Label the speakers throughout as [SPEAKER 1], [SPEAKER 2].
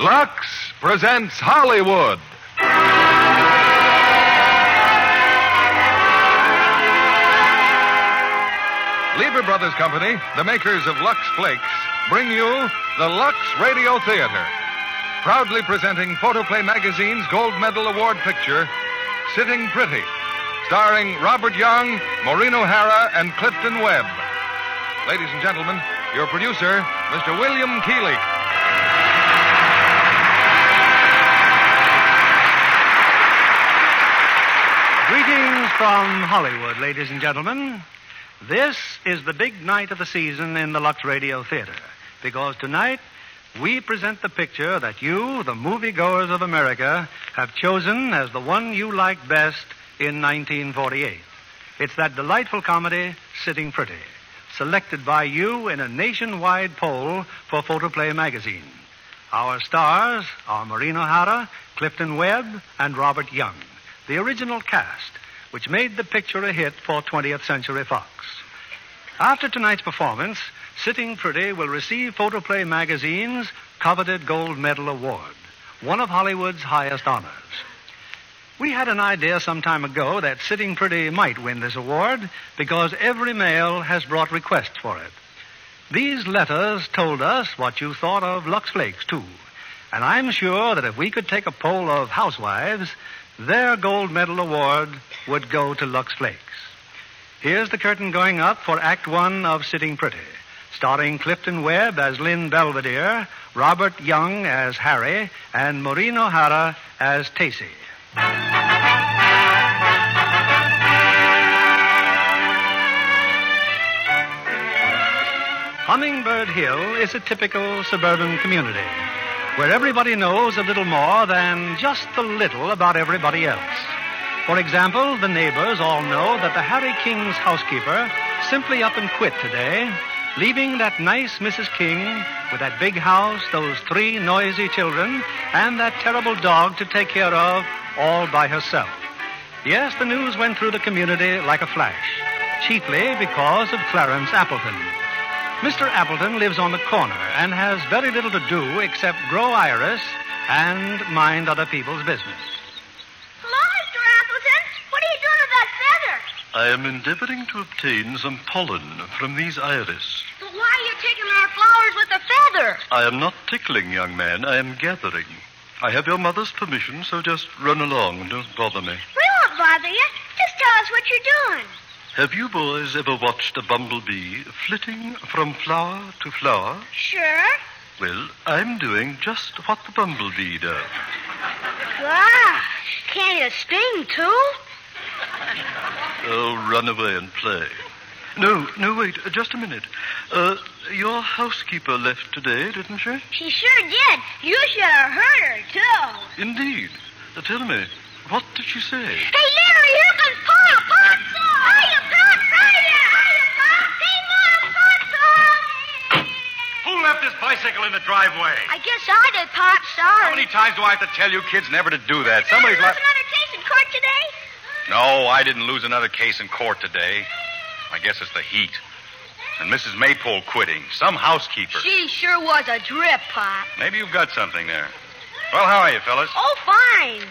[SPEAKER 1] Lux presents Hollywood. Lever Brothers Company, the makers of Lux Flakes, bring you the Lux Radio Theater. Proudly presenting Photoplay Magazine's Gold Medal Award picture, Sitting Pretty, starring Robert Young, Maureen O'Hara, and Clifton Webb. Ladies and gentlemen, your producer, Mr. William Keeley.
[SPEAKER 2] Greetings from Hollywood, ladies and gentlemen. This is the big night of the season in the Lux Radio Theater because tonight we present the picture that you, the moviegoers of America, have chosen as the one you liked best in 1948. It's that delightful comedy, Sitting Pretty, selected by you in a nationwide poll for Photoplay magazine. Our stars are Maureen O'Hara, Clifton Webb, and Robert Young, the original cast, which made the picture a hit for 20th Century Fox. After tonight's performance, Sitting Pretty will receive Photoplay Magazine's coveted Gold Medal Award, one of Hollywood's highest honors. We had an idea some time ago that Sitting Pretty might win this award because every mail has brought requests for it. These letters told us what you thought of Lux Flakes, too. And I'm sure that if we could take a poll of housewives, their gold medal award would go to Lux Flakes. Here's the curtain going up for Act One of Sitting Pretty, starring Clifton Webb as Lynn Belvedere, Robert Young as Harry, and Maureen O'Hara as Tacy. Hummingbird Hill is a typical suburban community where everybody knows a little more than just a little about everybody else. For example, the neighbors all know that the Harry King's housekeeper simply up and quit today, leaving that nice Mrs. King with that big house, those three noisy children, and that terrible dog to take care of all by herself. Yes, the news went through the community like a flash, chiefly because of Clarence Appleton. Mr. Appleton lives on the corner and has very little to do except grow iris and mind other people's business.
[SPEAKER 3] Hello, Mr. Appleton. What are you doing with that feather?
[SPEAKER 4] I am endeavoring to obtain some pollen from these iris.
[SPEAKER 3] But why are you taking our flowers with a feather?
[SPEAKER 4] I am not tickling, young man. I am gathering. I have your mother's permission, so just run along and don't bother me.
[SPEAKER 3] We won't bother you. Just tell us what you're doing.
[SPEAKER 4] Have you boys ever watched a bumblebee flitting from flower to flower?
[SPEAKER 3] Sure.
[SPEAKER 4] Well, I'm doing just what the bumblebee does.
[SPEAKER 3] Wow. Can you sting, too?
[SPEAKER 4] Oh, run away and play. No, no, wait, just a minute. Uh, your housekeeper left today, didn't she?
[SPEAKER 3] She sure did. You should have heard her, too.
[SPEAKER 4] Indeed. Uh, tell me, what did she say?
[SPEAKER 3] Hey, Larry, here comes Pop. Pop's on. Hiya, Pop. Hiya. Hiya, Pop. Hang on, Pop's on.
[SPEAKER 5] Who left his
[SPEAKER 6] bicycle in the driveway.
[SPEAKER 3] I guess I did, Pop. Sorry.
[SPEAKER 6] How many times do I have to tell you kids never to do that? Somebody's
[SPEAKER 3] Did I
[SPEAKER 6] like.
[SPEAKER 3] lose another case in court today?
[SPEAKER 6] No, I didn't lose another case in court today. I guess it's the heat. And Mrs. Maypole quitting. Some housekeeper.
[SPEAKER 3] She sure was a drip, Pop.
[SPEAKER 6] Maybe you've got something there. Well, how are you, fellas?
[SPEAKER 3] Oh, fine.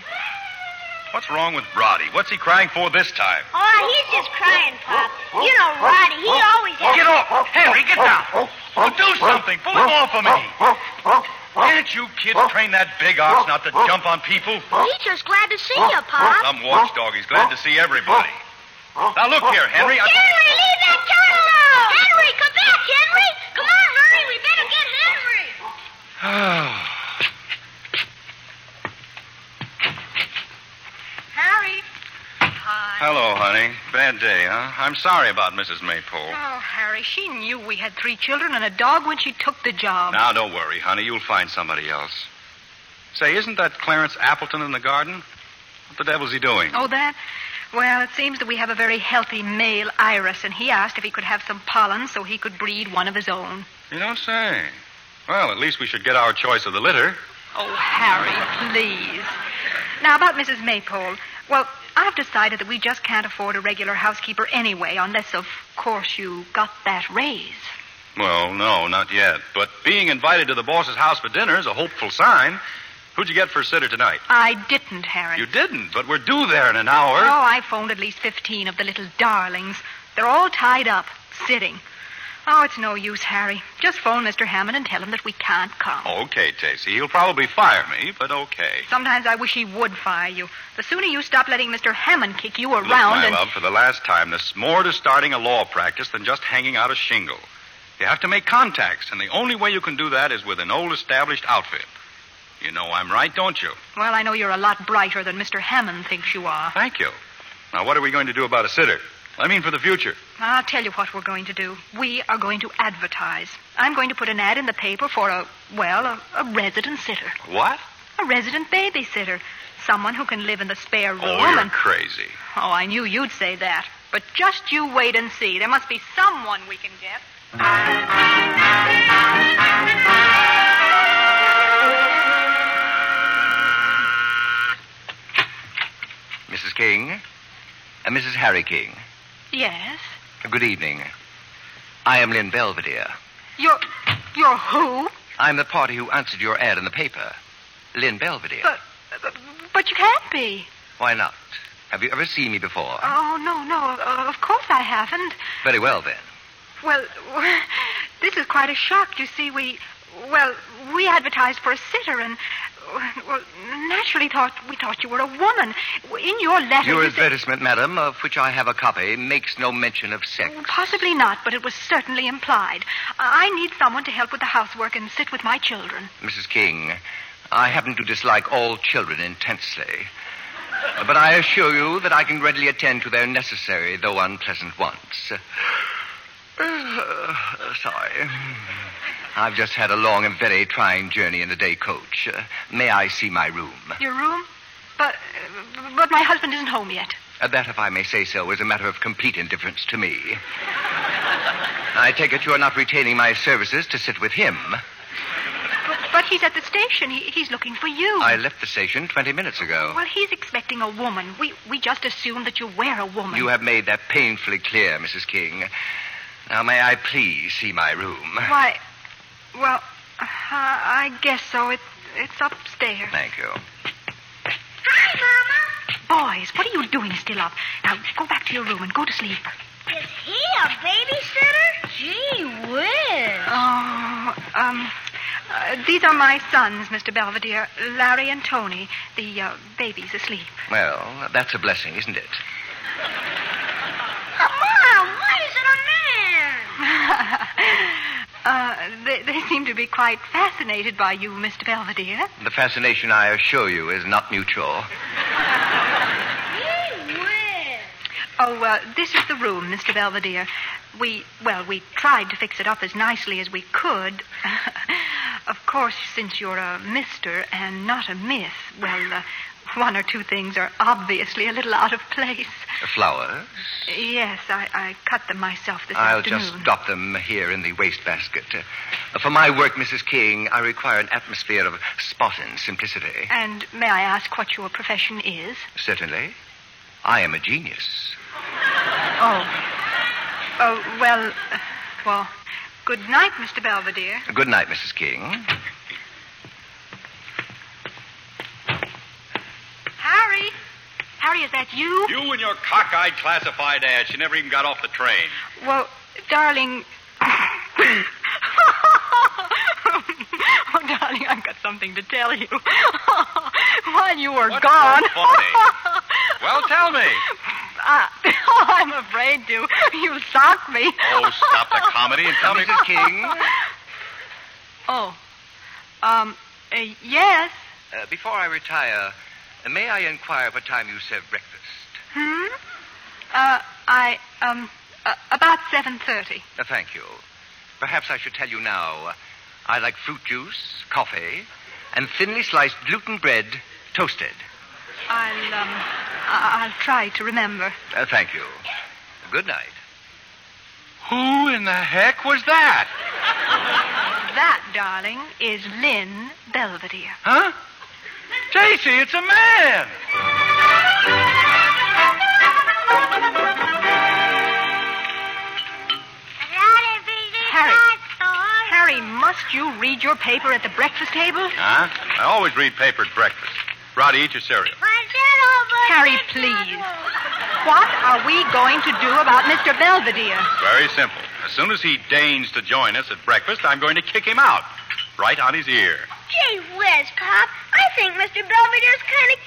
[SPEAKER 6] What's wrong with Brody? What's he crying for this time?
[SPEAKER 3] Oh, he's just crying, Pop. You know, Roddy, he always has.
[SPEAKER 6] Get off! Henry, get down! Oh, do something! Pull him off of me! Can't you kids train that big ox not to jump on people?
[SPEAKER 3] He's just glad to see you, Pop.
[SPEAKER 6] Some watchdog is glad to see everybody. Now look here, Henry. I...
[SPEAKER 3] Henry, leave that cat alone! Henry, come back, Henry! Come on, hurry, we better get Henry!
[SPEAKER 6] Ah.
[SPEAKER 3] Harry? Hi.
[SPEAKER 6] Hello, honey. Bad day, huh? I'm sorry about Mrs. Maypole.
[SPEAKER 5] Oh, Harry, she knew we had three children and a dog when she took the job.
[SPEAKER 6] Now don't worry, honey. You'll find somebody else. Say, isn't that Clarence Appleton in the garden? What the devil's he doing?
[SPEAKER 5] Oh, that? Well, it seems that we have a very healthy male iris, and he asked if he could have some pollen so he could breed one of his own.
[SPEAKER 6] You don't say. Well, at least we should get our choice of the litter.
[SPEAKER 5] Oh, Harry, please. Now, about Mrs. Maypole. Well, I've decided that we just can't afford a regular housekeeper anyway, unless, of course, you got that raise.
[SPEAKER 6] Well, no, not yet. But being invited to the boss's house for dinner is a hopeful sign. Who'd you get for sitter tonight?
[SPEAKER 5] I didn't, Harry.
[SPEAKER 6] You didn't, but we're due there in an hour.
[SPEAKER 5] Oh, I phoned at least 15 of the little darlings. They're all tied up, sitting. Oh, it's no use, Harry. Just phone Mr. Hammond and tell him that we can't come.
[SPEAKER 6] Okay, Tacy. He'll probably fire me, but okay.
[SPEAKER 5] Sometimes I wish he would fire you. The sooner you stop letting Mr. Hammond kick you
[SPEAKER 6] Look, my
[SPEAKER 5] around and.
[SPEAKER 6] love, for the last time, there's more to starting a law practice than just hanging out a shingle. You have to make contacts, and the only way you can do that is with an old established outfit. You know I'm right, don't you?
[SPEAKER 5] Well, I know you're a lot brighter than Mr. Hammond thinks you are.
[SPEAKER 6] Thank you. Now, what are we going to do about a sitter? I mean, for the future.
[SPEAKER 5] I'll tell you what we're going to do. We are going to advertise. I'm going to put an ad in the paper for a, well, a, a resident sitter,
[SPEAKER 6] What?
[SPEAKER 5] a resident babysitter, someone who can live in the spare room.
[SPEAKER 6] Oh, you're
[SPEAKER 5] and...
[SPEAKER 6] crazy.
[SPEAKER 5] Oh, I knew you'd say that. But just you wait and see. There must be someone we can get.
[SPEAKER 7] Mrs. King? Uh, Mrs. Harry King. Uh,
[SPEAKER 5] Yes.
[SPEAKER 7] Good evening. I am Lynn Belvedere.
[SPEAKER 5] You're you're who?
[SPEAKER 7] I'm the party who answered your ad in the paper. Lynn Belvedere.
[SPEAKER 5] But but, but you can't be.
[SPEAKER 7] Why not? Have you ever seen me before?
[SPEAKER 5] Oh no no. Uh, of course I haven't.
[SPEAKER 7] Very well, then.
[SPEAKER 5] Well, this is quite a shock. You see, we well we advertised for a sitter and. Well, naturally, thought we thought you were a woman. In your letter,
[SPEAKER 7] Your
[SPEAKER 5] you said-
[SPEAKER 7] advertisement, madam, of which I have a copy, makes no mention of sex.
[SPEAKER 5] Possibly not, but it was certainly implied. I I need someone to help with the housework and sit with my children.
[SPEAKER 7] Mrs. King, I happen to dislike all children intensely. But I assure you that I can readily attend to their necessary, though unpleasant, wants. Uh, sorry. I've just had a long and very trying journey in the day coach. Uh, may I see my room?
[SPEAKER 5] Your room? But but my husband isn't home yet.
[SPEAKER 7] Uh, that, if I may say so, is a matter of complete indifference to me. I take it you are not retaining my services to sit with him.
[SPEAKER 5] But, but he's at the station. He, he's looking for you.
[SPEAKER 7] I left the station 20 minutes ago.
[SPEAKER 5] Well, he's expecting a woman. We we just assumed that you were a woman.
[SPEAKER 7] You have made that painfully clear, Mrs. King. Now, may I please see my room?
[SPEAKER 5] Why? Well, uh, I guess so. It it's upstairs.
[SPEAKER 7] Thank you.
[SPEAKER 3] Hi, Mama.
[SPEAKER 5] Boys, what are you doing still up? Now go back to your room and go to sleep.
[SPEAKER 3] Is he a babysitter? Gee whiz.
[SPEAKER 5] Oh, um, uh, these are my sons, Mr. Belvedere, Larry and Tony. The uh, baby's asleep.
[SPEAKER 7] Well, that's a blessing, isn't it?
[SPEAKER 3] Mom, what is it a man?
[SPEAKER 5] uh, they, they seem to be quite fascinated by you, Mr. Belvedere.
[SPEAKER 7] The fascination, I assure you, is not mutual.
[SPEAKER 3] Gee whiz.
[SPEAKER 5] Oh, uh, this is the room, Mr. Belvedere. We, well, we tried to fix it up as nicely as we could. of course, since you're a Mr. and not a Miss, well, uh, one or two things are obviously a little out of place.
[SPEAKER 7] Flowers?
[SPEAKER 5] Yes, I, I cut them myself this
[SPEAKER 7] I'll
[SPEAKER 5] afternoon.
[SPEAKER 7] just drop them here in the wastebasket. Uh, for my work, Mrs. King, I require an atmosphere of spartan simplicity.
[SPEAKER 5] And may I ask what your profession is?
[SPEAKER 7] Certainly. I am a genius.
[SPEAKER 5] Oh. Oh, well, uh, well, good night, Mr. Belvedere.
[SPEAKER 7] Good night, Mrs. King.
[SPEAKER 5] Harry! Harry, is that you?
[SPEAKER 6] You and your cockeyed classified ad. She never even got off the train.
[SPEAKER 5] Well, darling. oh, darling, I've got something to tell you. While you were
[SPEAKER 6] What's so
[SPEAKER 5] gone.
[SPEAKER 6] funny? Well, tell me.
[SPEAKER 5] I- oh, I'm afraid to. You shocked me.
[SPEAKER 6] Oh, stop the comedy and tell me.
[SPEAKER 7] Mrs. King,
[SPEAKER 5] Oh. Um, uh, yes.
[SPEAKER 7] uh, before I retire, may I inquire what time you serve breakfast?
[SPEAKER 5] Hmm? Uh, I, um, uh, about 7.30.
[SPEAKER 7] Uh, thank you. Perhaps I should tell you now. uh, I like fruit juice, coffee, and thinly sliced gluten bread toasted.
[SPEAKER 5] I'll, um, I- I'll try to remember.
[SPEAKER 7] Uh, thank you. Good night.
[SPEAKER 6] Who in the heck was that?
[SPEAKER 5] That, darling, is Lynn Belvedere.
[SPEAKER 6] Huh? Stacy, it's a man.
[SPEAKER 5] Harry. Harry, must you read your paper at the breakfast table?
[SPEAKER 6] Huh? I always read paper at breakfast. Roddy, eat your cereal.
[SPEAKER 5] Harry, please. What are we going to do about Mr. Belvedere?
[SPEAKER 6] Very simple. As soon as he deigns to join us at breakfast, I'm going to kick him out. Right on his ear.
[SPEAKER 3] Gee whiz, Pop. I think Mr. Belvedere's kind of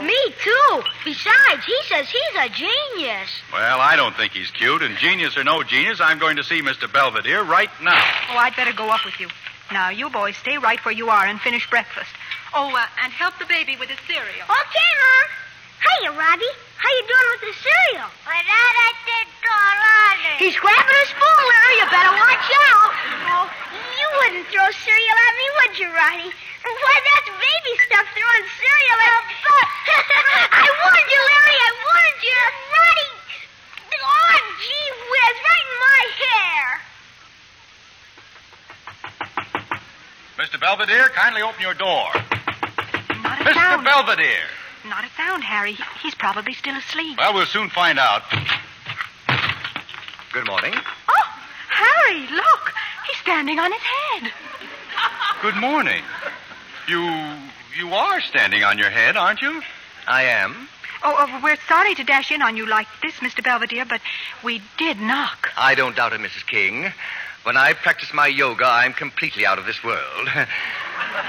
[SPEAKER 3] cute. Me, too. Besides, he says he's a genius.
[SPEAKER 6] Well, I don't think he's cute, and genius or no genius, I'm going to see Mr. Belvedere right now.
[SPEAKER 5] Oh, I'd better go up with you. Now, you boys stay right where you are and finish breakfast. Oh, uh, and help the baby with his
[SPEAKER 3] Okay,
[SPEAKER 5] cereal.
[SPEAKER 3] Mom. Hiya, Robbie. How you doing with the cereal? He's grabbing a spoon, Larry. You better watch out. Oh, you wouldn't throw cereal at me, would you, Roddy? Why, that's baby stuff throwing cereal at a boat. I warned you, Larry. I warned you. Roddy. Oh, gee whiz. Right in my hair.
[SPEAKER 6] Mr. Belvedere, kindly open your door.
[SPEAKER 5] Not a
[SPEAKER 6] Mr.
[SPEAKER 5] sound.
[SPEAKER 6] Belvedere.
[SPEAKER 5] Not a sound, Harry. He- He's probably still asleep.
[SPEAKER 6] Well, we'll soon find out.
[SPEAKER 7] Good morning.
[SPEAKER 5] Oh, Harry, look. He's standing on his head.
[SPEAKER 6] Good morning. You you are standing on your head, aren't you?
[SPEAKER 7] I am.
[SPEAKER 5] Oh, oh, we're sorry to dash in on you like this, Mr. Belvedere, but we did knock.
[SPEAKER 7] I don't doubt it, Mrs. King. When I practice my yoga, I'm completely out of this world.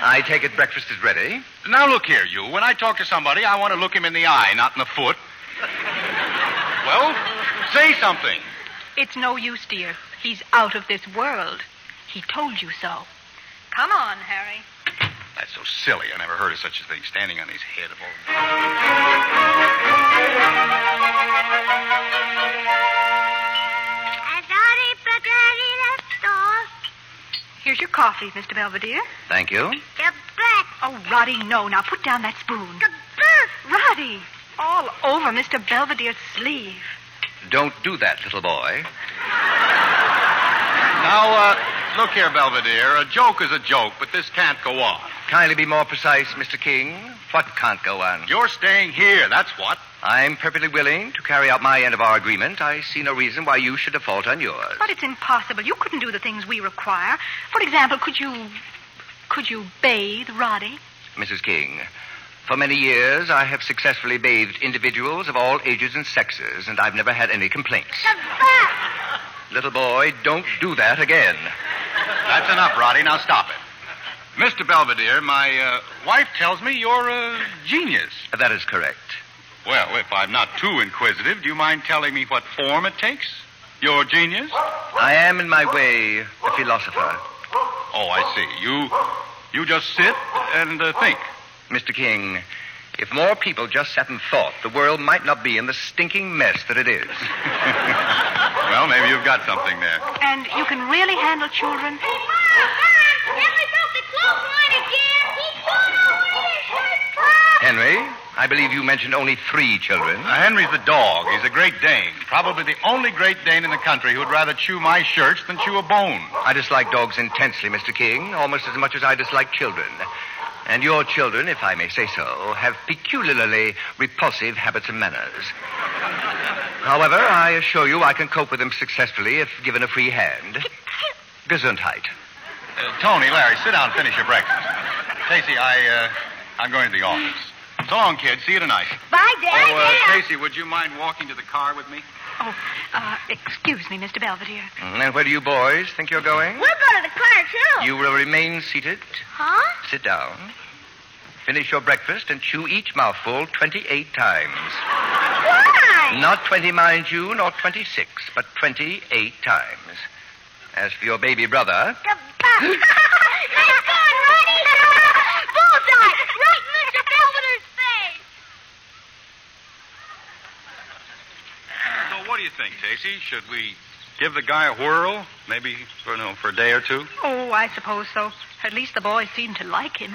[SPEAKER 7] I take it breakfast is ready.
[SPEAKER 6] Now look here, you. When I talk to somebody, I want to look him in the eye, not in the foot. well, say something.
[SPEAKER 5] It's no use, dear. He's out of this world. He told you so. Come on, Harry.
[SPEAKER 6] That's so silly. I never heard of such a thing. Standing on his head of all.
[SPEAKER 3] I thought he put that in a store.
[SPEAKER 5] Here's your coffee, Mr. Belvedere.
[SPEAKER 7] Thank you.
[SPEAKER 3] The back.
[SPEAKER 5] Oh, Roddy, no. Now put down that spoon.
[SPEAKER 3] The back.
[SPEAKER 5] Roddy, all over Mr. Belvedere's sleeve.
[SPEAKER 7] Don't do that, little boy.
[SPEAKER 6] Now, uh, look here, Belvedere. A joke is a joke, but this can't go on.
[SPEAKER 7] Kindly be more precise, Mr. King. What can't go on?
[SPEAKER 6] You're staying here, that's what.
[SPEAKER 7] I'm perfectly willing to carry out my end of our agreement. I see no reason why you should default on yours.
[SPEAKER 5] But it's impossible. You couldn't do the things we require. For example, could you. Could you bathe Roddy?
[SPEAKER 7] Mrs. King, for many years I have successfully bathed individuals of all ages and sexes, and I've never had any complaints.
[SPEAKER 3] The back.
[SPEAKER 7] Little boy, don't do that again.
[SPEAKER 6] That's enough, Roddy. Now stop it. Mr. Belvedere, my uh, wife tells me you're a genius.
[SPEAKER 7] That is correct.
[SPEAKER 6] Well, if I'm not too inquisitive, do you mind telling me what form it takes? Your genius?
[SPEAKER 7] I am, in my way, a philosopher.
[SPEAKER 6] Oh, I see. You you just sit and uh, think.
[SPEAKER 7] Mr. King, if more people just sat and thought, the world might not be in the stinking mess that it is.
[SPEAKER 6] Well, maybe you've got something there.
[SPEAKER 5] And you can really handle children?
[SPEAKER 3] Hey, Mom, Mom, never melt the clothes
[SPEAKER 7] Henry, I believe you mentioned only three children.
[SPEAKER 6] Now, Uh, Henry's the dog. He's a Great Dane. Probably the only Great Dane in the country who'd rather chew my shirts than chew a bone.
[SPEAKER 7] I dislike dogs intensely, Mr. King, almost as much as I dislike children. And your children, if I may say so, have peculiarly repulsive habits and manners. However, I assure you I can cope with them successfully if given a free hand. Gesundheit.
[SPEAKER 6] Uh, Tony, Larry, sit down and finish your breakfast. Casey, I, uh, I'm going to the office. So long, kid. See you tonight.
[SPEAKER 3] Bye, Dad.
[SPEAKER 6] Oh, uh, Casey, would you mind walking to the car with me?
[SPEAKER 5] Oh, uh, excuse me, Mr. Belvedere.
[SPEAKER 7] Mm, And where do you boys think you're going?
[SPEAKER 3] We'll go to the car, too.
[SPEAKER 7] You will remain seated.
[SPEAKER 3] Huh?
[SPEAKER 7] Sit down. Finish your breakfast and chew each mouthful 28 times.
[SPEAKER 3] Why?
[SPEAKER 7] Not 20, mind you, nor 26, but 28 times. As for your baby brother,
[SPEAKER 3] The bus. nice going, Roddy. Bullseye. Right in Mr. Belvedere's face.
[SPEAKER 6] So what do you think, Casey? Should we give the guy a whirl? Maybe for, no, for a day or two?
[SPEAKER 5] Oh, I suppose so. At least the boys seem to like him.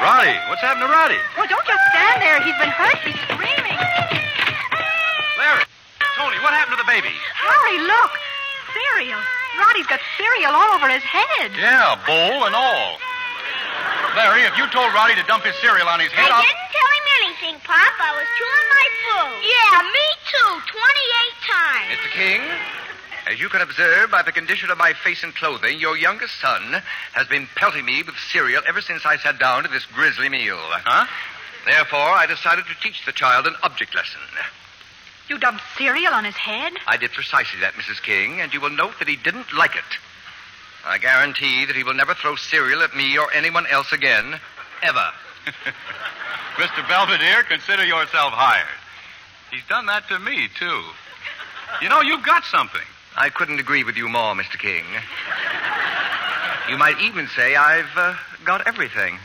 [SPEAKER 6] Roddy, what's happened to Roddy?
[SPEAKER 5] Well, Oh, don't just stand there. He's been hurt. He's screaming.
[SPEAKER 6] Larry, Tony, what happened to the baby?
[SPEAKER 5] Hurry, look. Cereal. Roddy's got cereal all over his head.
[SPEAKER 6] Yeah, bowl and all. Larry, if you told Roddy to dump his cereal on his
[SPEAKER 3] I
[SPEAKER 6] head, I'll...
[SPEAKER 3] didn't tell him anything, Pop. I was chewing my food. Yeah, me too. 28 times.
[SPEAKER 7] Mr. King, as you can observe by the condition of my face and clothing, your youngest son has been pelting me with cereal ever since I sat down to this grisly meal.
[SPEAKER 6] Huh?
[SPEAKER 7] Therefore, I decided to teach the child an object lesson.
[SPEAKER 5] You dumped cereal on his head?
[SPEAKER 7] I did precisely that, Mrs. King, and you will note that he didn't like it. I guarantee that he will never throw cereal at me or anyone else again, ever.
[SPEAKER 6] Mr. Belvedere, consider yourself hired. He's done that to me, too. You know, you've got something.
[SPEAKER 7] I couldn't agree with you more, Mr. King. You might even say I've uh, got everything.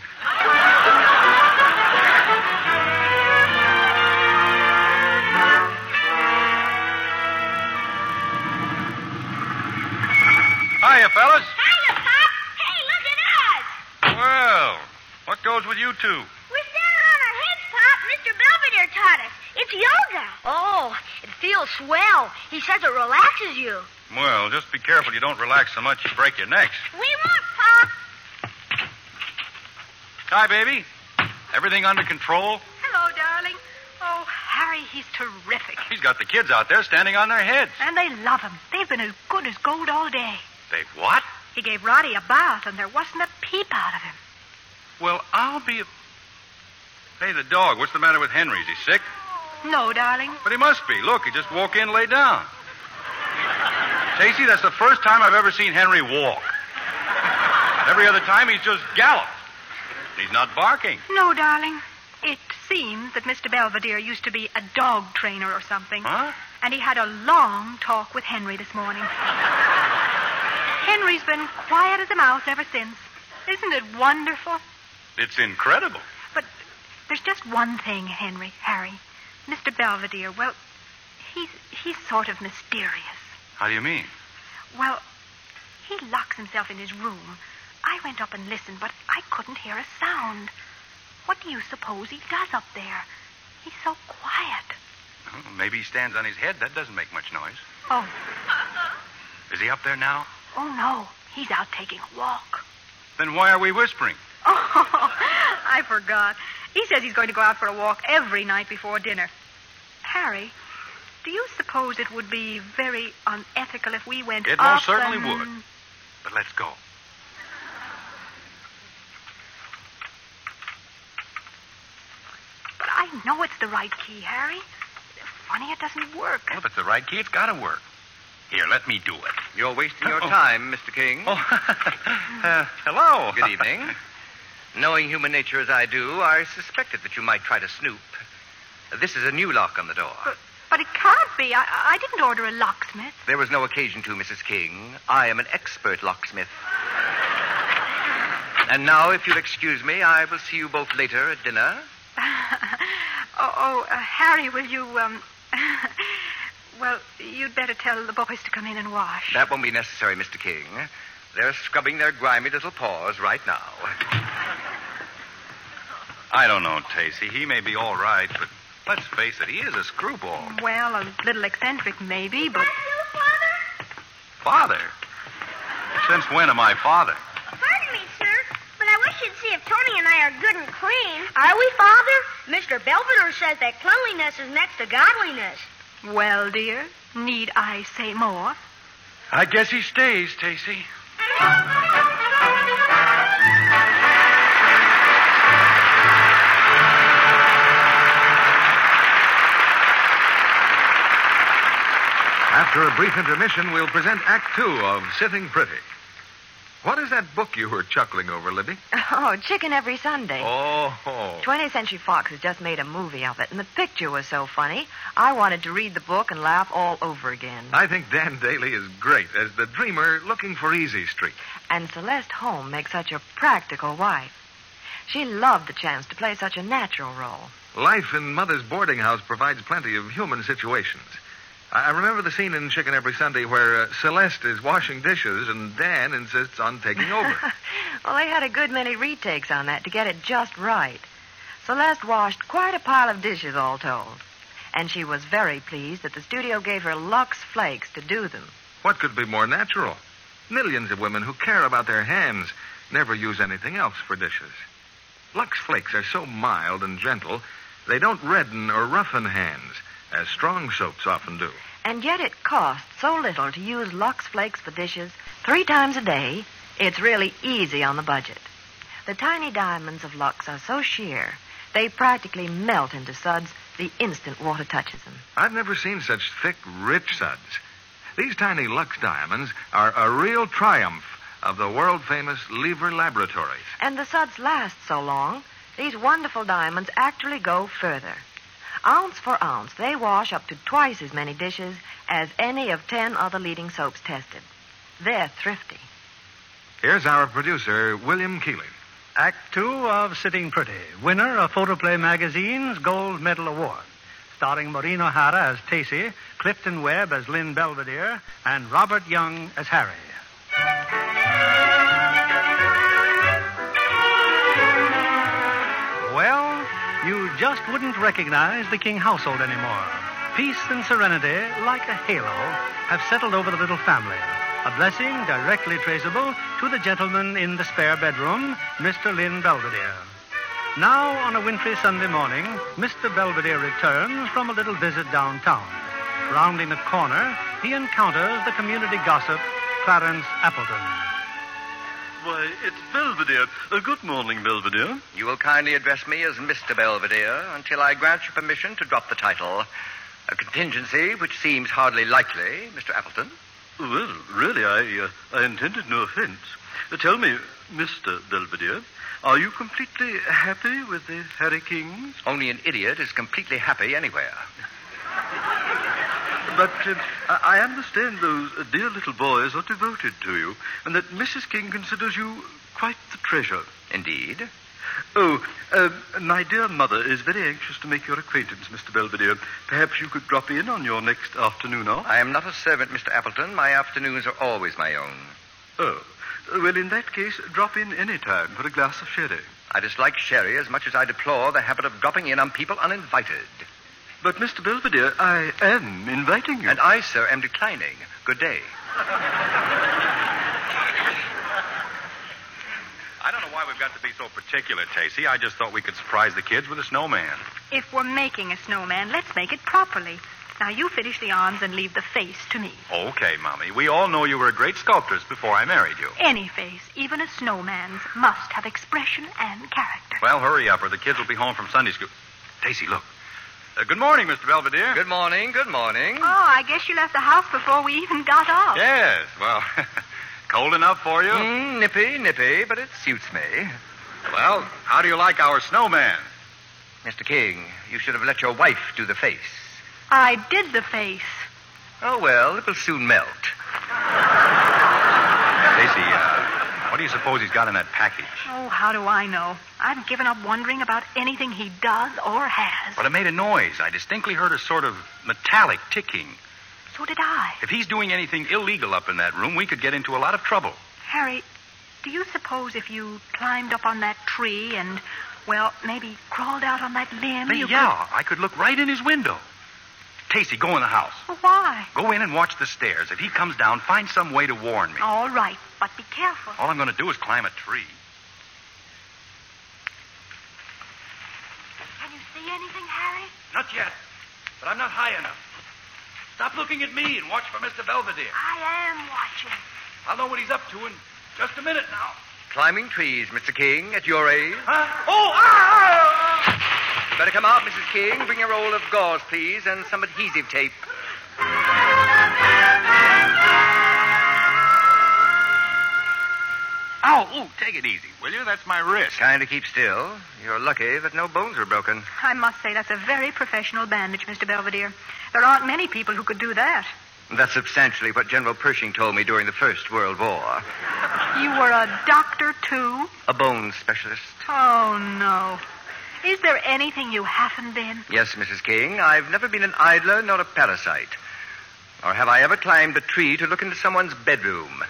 [SPEAKER 6] Hiya, fellas.
[SPEAKER 3] Hiya, Pop. Hey, look at us.
[SPEAKER 6] Well, what goes with you two?
[SPEAKER 3] We're standing on our heads, Pop. Mr. Belvedere taught us. It's yoga. Oh, it feels swell. He says it relaxes you.
[SPEAKER 6] Well, just be careful you don't relax so much you break your necks.
[SPEAKER 3] We won't, Pop.
[SPEAKER 6] Hi, baby. Everything under control?
[SPEAKER 5] Hello, darling. Oh, Harry, he's terrific.
[SPEAKER 6] He's got the kids out there standing on their heads.
[SPEAKER 5] And they love him. They've been as good as gold all day.
[SPEAKER 6] They what?
[SPEAKER 5] He gave Roddy a bath, and there wasn't a peep out of him.
[SPEAKER 6] Well, I'll be. Hey, the dog. What's the matter with Henry? Is he sick?
[SPEAKER 5] No, darling.
[SPEAKER 6] But he must be. Look, he just walked in, lay down. Casey, that's the first time I've ever seen Henry walk. And every other time he's just galloped. He's not barking.
[SPEAKER 5] No, darling. It seems that Mr. Belvedere used to be a dog trainer or something.
[SPEAKER 6] Huh?
[SPEAKER 5] And he had a long talk with Henry this morning. Henry's been quiet as a mouse ever since. Isn't it wonderful?
[SPEAKER 6] It's incredible.
[SPEAKER 5] But there's just one thing, Henry, Harry. Mr. Belvedere, well, he's he's sort of mysterious.
[SPEAKER 6] How do you mean?
[SPEAKER 5] Well, he locks himself in his room. I went up and listened, but I couldn't hear a sound. What do you suppose he does up there? He's so quiet.
[SPEAKER 6] Well, maybe he stands on his head. That doesn't make much noise.
[SPEAKER 5] Oh,
[SPEAKER 6] Is he up there now?
[SPEAKER 5] oh no, he's out taking a walk.
[SPEAKER 6] Then why are we whispering?
[SPEAKER 5] Oh, I forgot. He says he's going to go out for a walk every night before dinner. Harry, do you suppose it would be very unethical if we went
[SPEAKER 6] It
[SPEAKER 5] up
[SPEAKER 6] most certainly
[SPEAKER 5] and-
[SPEAKER 6] would. But let's go.
[SPEAKER 5] But I know it's the right key, Harry. Funny it doesn't work.
[SPEAKER 6] Well, if it's the right key, it's got to work. Here, let me do it.
[SPEAKER 7] You're wasting your
[SPEAKER 6] Oh.
[SPEAKER 7] time, Mr. King.
[SPEAKER 6] Oh, uh, hello.
[SPEAKER 7] Good evening. Knowing human nature as I do, I suspected that you might try to snoop. This is a new lock on the door.
[SPEAKER 5] But, but it can't be. I, I didn't order a locksmith.
[SPEAKER 7] There was no occasion to, Mrs. King. I am an expert locksmith. And now, if you'll excuse me, I will see you both later at dinner.
[SPEAKER 5] oh, oh uh, Harry, will you, um... well, you'd better tell the boys to come in and wash.
[SPEAKER 7] That won't be necessary, Mr. King. They're scrubbing their grimy little paws right now.
[SPEAKER 6] I don't know, Tacy. He may be all right, but let's face it, he is a screwball.
[SPEAKER 5] Well, a little eccentric, maybe, but.
[SPEAKER 6] Father? Since when am I father?
[SPEAKER 3] Pardon me, sir, but I wish you'd see if Tony and I are good and clean. Are we, Father? Mr. Belvedere says that cleanliness is next to godliness.
[SPEAKER 5] Well, dear, need I say more?
[SPEAKER 6] I guess he stays, Tacy.
[SPEAKER 1] After a brief intermission, we'll present Act Two of Sitting Pretty. What is that book you were chuckling over, Libby?
[SPEAKER 8] Oh, Chicken Every Sunday.
[SPEAKER 1] Oh.
[SPEAKER 8] 20th Century Fox has just made a movie of it, and the picture was so funny. I wanted to read the book and laugh all over again.
[SPEAKER 1] I think Dan Daly is great as the dreamer looking for Easy Street.
[SPEAKER 8] And Celeste Holm makes such a practical wife. She loved the chance to play such a natural role.
[SPEAKER 1] Life in Mother's boarding house provides plenty of human situations. I I remember the scene in Chicken Every Sunday where uh, Celeste is washing dishes and Dan insists on taking over.
[SPEAKER 8] Well, they had a good many retakes on that to get it just right. Celeste washed quite a pile of dishes, all told. And she was very pleased that the studio gave her Lux Flakes to do them.
[SPEAKER 1] what could be more natural? Millions of women who care about their hands never use anything else for dishes. Lux flakes are so mild and gentle, they don't redden or roughen hands, as strong soaps often do.
[SPEAKER 8] And yet it costs so little to use Lux Flakes for dishes three times a day, it's really easy on the budget. The tiny diamonds of Lux are so sheer, they practically melt into suds the instant water touches them.
[SPEAKER 1] I've never seen such thick, rich suds. These tiny Lux diamonds are a real triumph of the world famous Lever Laboratories.
[SPEAKER 8] And the suds last so long, these wonderful diamonds actually go further. Ounce for ounce, they wash up to twice as many dishes as any of ten other leading soaps tested. They're thrifty.
[SPEAKER 1] Here's our producer, William Keeling.
[SPEAKER 2] Act two of Sitting Pretty, winner of Photoplay Magazine's Gold Medal Award. Starring Maureen O'Hara as Tacy, Clifton Webb as Lynn Belvedere, and Robert Young as Harry. Well, you just wouldn't recognize the King household anymore. Peace and serenity, like a halo, have settled over the little family. A blessing directly traceable to the gentleman in the spare bedroom, Mr. Lynn Belvedere. Now, on a wintry Sunday morning, Mr. Belvedere returns from a little visit downtown. Rounding a corner, he encounters the community gossip, Clarence Appleton.
[SPEAKER 4] Why, it's Belvedere. Uh, good morning, Belvedere.
[SPEAKER 7] You will kindly address me as Mr. Belvedere until I grant you permission to drop the title. A contingency which seems hardly likely, Mr. Appleton.
[SPEAKER 4] Well, really, I, uh, I intended no offense. Uh, tell me, Mr. Belvedere, are you completely happy with the Harry Kings?
[SPEAKER 7] Only an idiot is completely happy anywhere.
[SPEAKER 4] But uh, I I understand those uh, dear little boys are devoted to you, and that Mrs. King considers you quite the treasure.
[SPEAKER 7] Indeed.
[SPEAKER 4] Oh, um, my dear mother is very anxious to make your acquaintance, Mr. Belvedere. Perhaps you could drop in on your next afternoon off.
[SPEAKER 7] I am not a servant, Mr. Appleton. My afternoons are always my own.
[SPEAKER 4] Oh, uh, well, in that case, drop in any time for a glass of sherry.
[SPEAKER 7] I dislike sherry as much as I deplore the habit of dropping in on people uninvited.
[SPEAKER 4] But, Mr. Belvedere, I am inviting you.
[SPEAKER 7] And I, sir, am declining. Good day.
[SPEAKER 6] I don't know why we've got to be so particular, Tacy. I just thought we could surprise the kids with a snowman.
[SPEAKER 5] If we're making a snowman, let's make it properly. Now, you finish the arms and leave the face to me.
[SPEAKER 6] Okay, Mommy. We all know you were a great sculptress before I married you.
[SPEAKER 5] Any face, even a snowman's, must have expression and character.
[SPEAKER 6] Well, hurry up, or the kids will be home from Sunday school. Tacy, look. Uh, good morning, Mr. Belvedere.
[SPEAKER 7] Good morning, good morning.
[SPEAKER 5] Oh, I guess you left the house before we even got off.
[SPEAKER 6] Yes, well, cold enough for you?
[SPEAKER 7] Mm, nippy, nippy, but it suits me.
[SPEAKER 6] Well, how do you like our snowman?
[SPEAKER 7] Mr. King, you should have let your wife do the face.
[SPEAKER 5] I did the face.
[SPEAKER 7] Oh, well, it will soon melt.
[SPEAKER 6] Stacy, uh, what do you suppose he's got in that package?
[SPEAKER 5] Oh, how do I know? I've given up wondering about anything he does or has.
[SPEAKER 6] But it made a noise. I distinctly heard a sort of metallic ticking.
[SPEAKER 5] So did I.
[SPEAKER 6] If he's doing anything illegal up in that room, we could get into a lot of trouble.
[SPEAKER 5] Harry, do you suppose if you climbed up on that tree and Well, maybe crawled out on that limb.
[SPEAKER 6] But
[SPEAKER 5] you
[SPEAKER 6] yeah, I could look right in his window. Casey, go in the house.
[SPEAKER 5] Could... Why?
[SPEAKER 6] Go in and watch the stairs. If he comes down, find some way to warn me.
[SPEAKER 5] All right, but be careful.
[SPEAKER 6] All I'm going to do is climb a tree.
[SPEAKER 5] Can you see anything, Harry?
[SPEAKER 6] Not yet, but I'm not high enough. Stop looking at me and watch for Mr. Belvedere.
[SPEAKER 5] I am watching.
[SPEAKER 6] I'll know what he's up to in just a minute now.
[SPEAKER 7] Climbing trees, Mr. King, at your age.
[SPEAKER 6] Huh? Oh, ah!
[SPEAKER 7] You better come out, Mrs. King. Bring a roll of gauze, please, and some adhesive tape.
[SPEAKER 6] Ow, ooh, take it easy, will you? That's my wrist.
[SPEAKER 7] Trying to keep still. You're lucky that no bones were broken.
[SPEAKER 5] I must say that's a very professional bandage, Mr. Belvedere. There aren't many people who could do that.
[SPEAKER 7] That's substantially what General Pershing told me during the First World War.
[SPEAKER 5] You were a doctor, too?
[SPEAKER 7] A bone specialist.
[SPEAKER 5] Oh, no. Is there anything you haven't been?
[SPEAKER 7] Yes, Mrs. King, I've never been an idler nor a parasite. Or have I ever climbed a tree to look into someone's bedroom?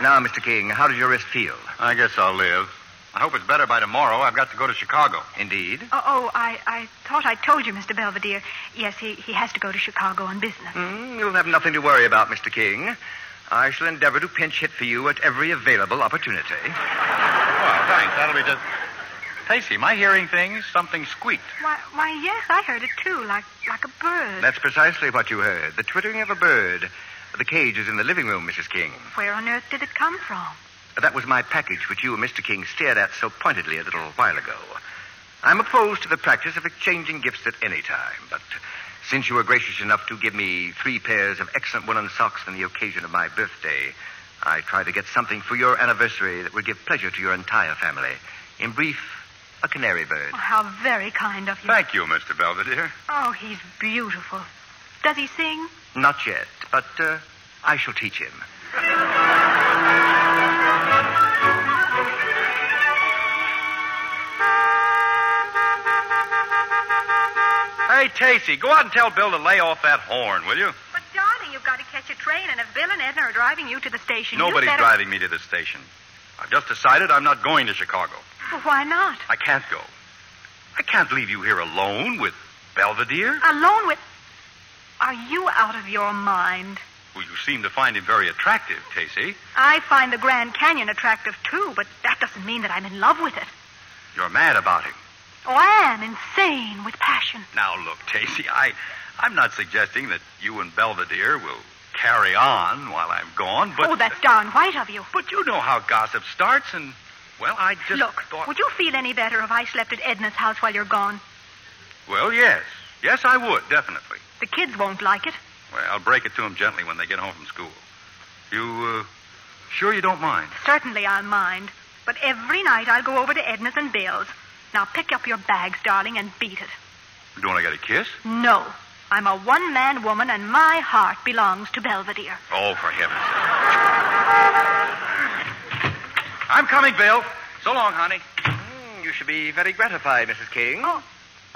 [SPEAKER 7] Now, Mr. King, how does your wrist feel?
[SPEAKER 6] I guess I'll live. I hope it's better by tomorrow. I've got to go to Chicago.
[SPEAKER 7] Indeed.
[SPEAKER 5] Oh, oh I, I thought I told you, Mr. Belvedere. Yes, he, he has to go to Chicago on business.
[SPEAKER 7] Hmm, you'll have nothing to worry about, Mr. King. I shall endeavor to pinch hit for you at every available opportunity.
[SPEAKER 6] Well, thanks. That'll be just. Casey, am I hearing things? Something squeaked.
[SPEAKER 5] Why, why, yes, I heard it, too, like, like a bird.
[SPEAKER 7] That's precisely what you heard the twittering of a bird. The cage is in the living room, Mrs. King.
[SPEAKER 5] Where on earth did it come from?
[SPEAKER 7] That was my package, which you and Mr. King stared at so pointedly a little while ago. I'm opposed to the practice of exchanging gifts at any time, but since you were gracious enough to give me three pairs of excellent woolen socks on the occasion of my birthday, I try to get something for your anniversary that will give pleasure to your entire family. In brief, a canary bird.
[SPEAKER 5] Oh, how very kind of you.
[SPEAKER 6] Thank you, Mr. Belvedere.
[SPEAKER 5] Oh, he's beautiful. Does he sing?
[SPEAKER 7] Not yet, but uh, I shall teach him.
[SPEAKER 6] Hey, Casey, go out and tell Bill to lay off that horn, will you?
[SPEAKER 5] But, darling, you've got to catch a train, and if Bill and Edna are driving you to the station, you
[SPEAKER 6] Nobody's
[SPEAKER 5] better-
[SPEAKER 6] driving me to the station. I've just decided I'm not going to Chicago.
[SPEAKER 5] Well, Why not?
[SPEAKER 6] I can't go. I can't leave you here alone with Belvedere.
[SPEAKER 5] Alone with. Are you out of your mind?
[SPEAKER 6] Well, you seem to find him very attractive, Casey.
[SPEAKER 5] I find the Grand Canyon attractive, too, but that doesn't mean that I'm in love with it.
[SPEAKER 6] You're mad about him.
[SPEAKER 5] Oh, I am insane with passion.
[SPEAKER 6] Now, look, Casey, I, I'm not suggesting that you and Belvedere will carry on while I'm gone, but. uh,
[SPEAKER 5] oh, that's darn white of you.
[SPEAKER 6] But you know how gossip starts, and, well, I just
[SPEAKER 5] Look,
[SPEAKER 6] thought.
[SPEAKER 5] would you feel any better if I slept at Edna's house while you're gone?
[SPEAKER 6] Well, yes. Yes, I would, definitely.
[SPEAKER 5] The kids won't like it.
[SPEAKER 6] Well, I'll break it to them gently when they get home from school. You, uh, sure you don't mind?
[SPEAKER 5] Certainly I'll mind. But every night I'll go over to Edna's and Bill's. Now pick up your bags, darling, and beat it.
[SPEAKER 6] Do you want to get a kiss?
[SPEAKER 5] No. I'm a one man woman, and my heart belongs to Belvedere.
[SPEAKER 6] Oh, for heaven's sake. I'm coming, Bill. So long, honey. Mm,
[SPEAKER 7] Hmm, you should be very gratified, Mrs. King.
[SPEAKER 5] Oh,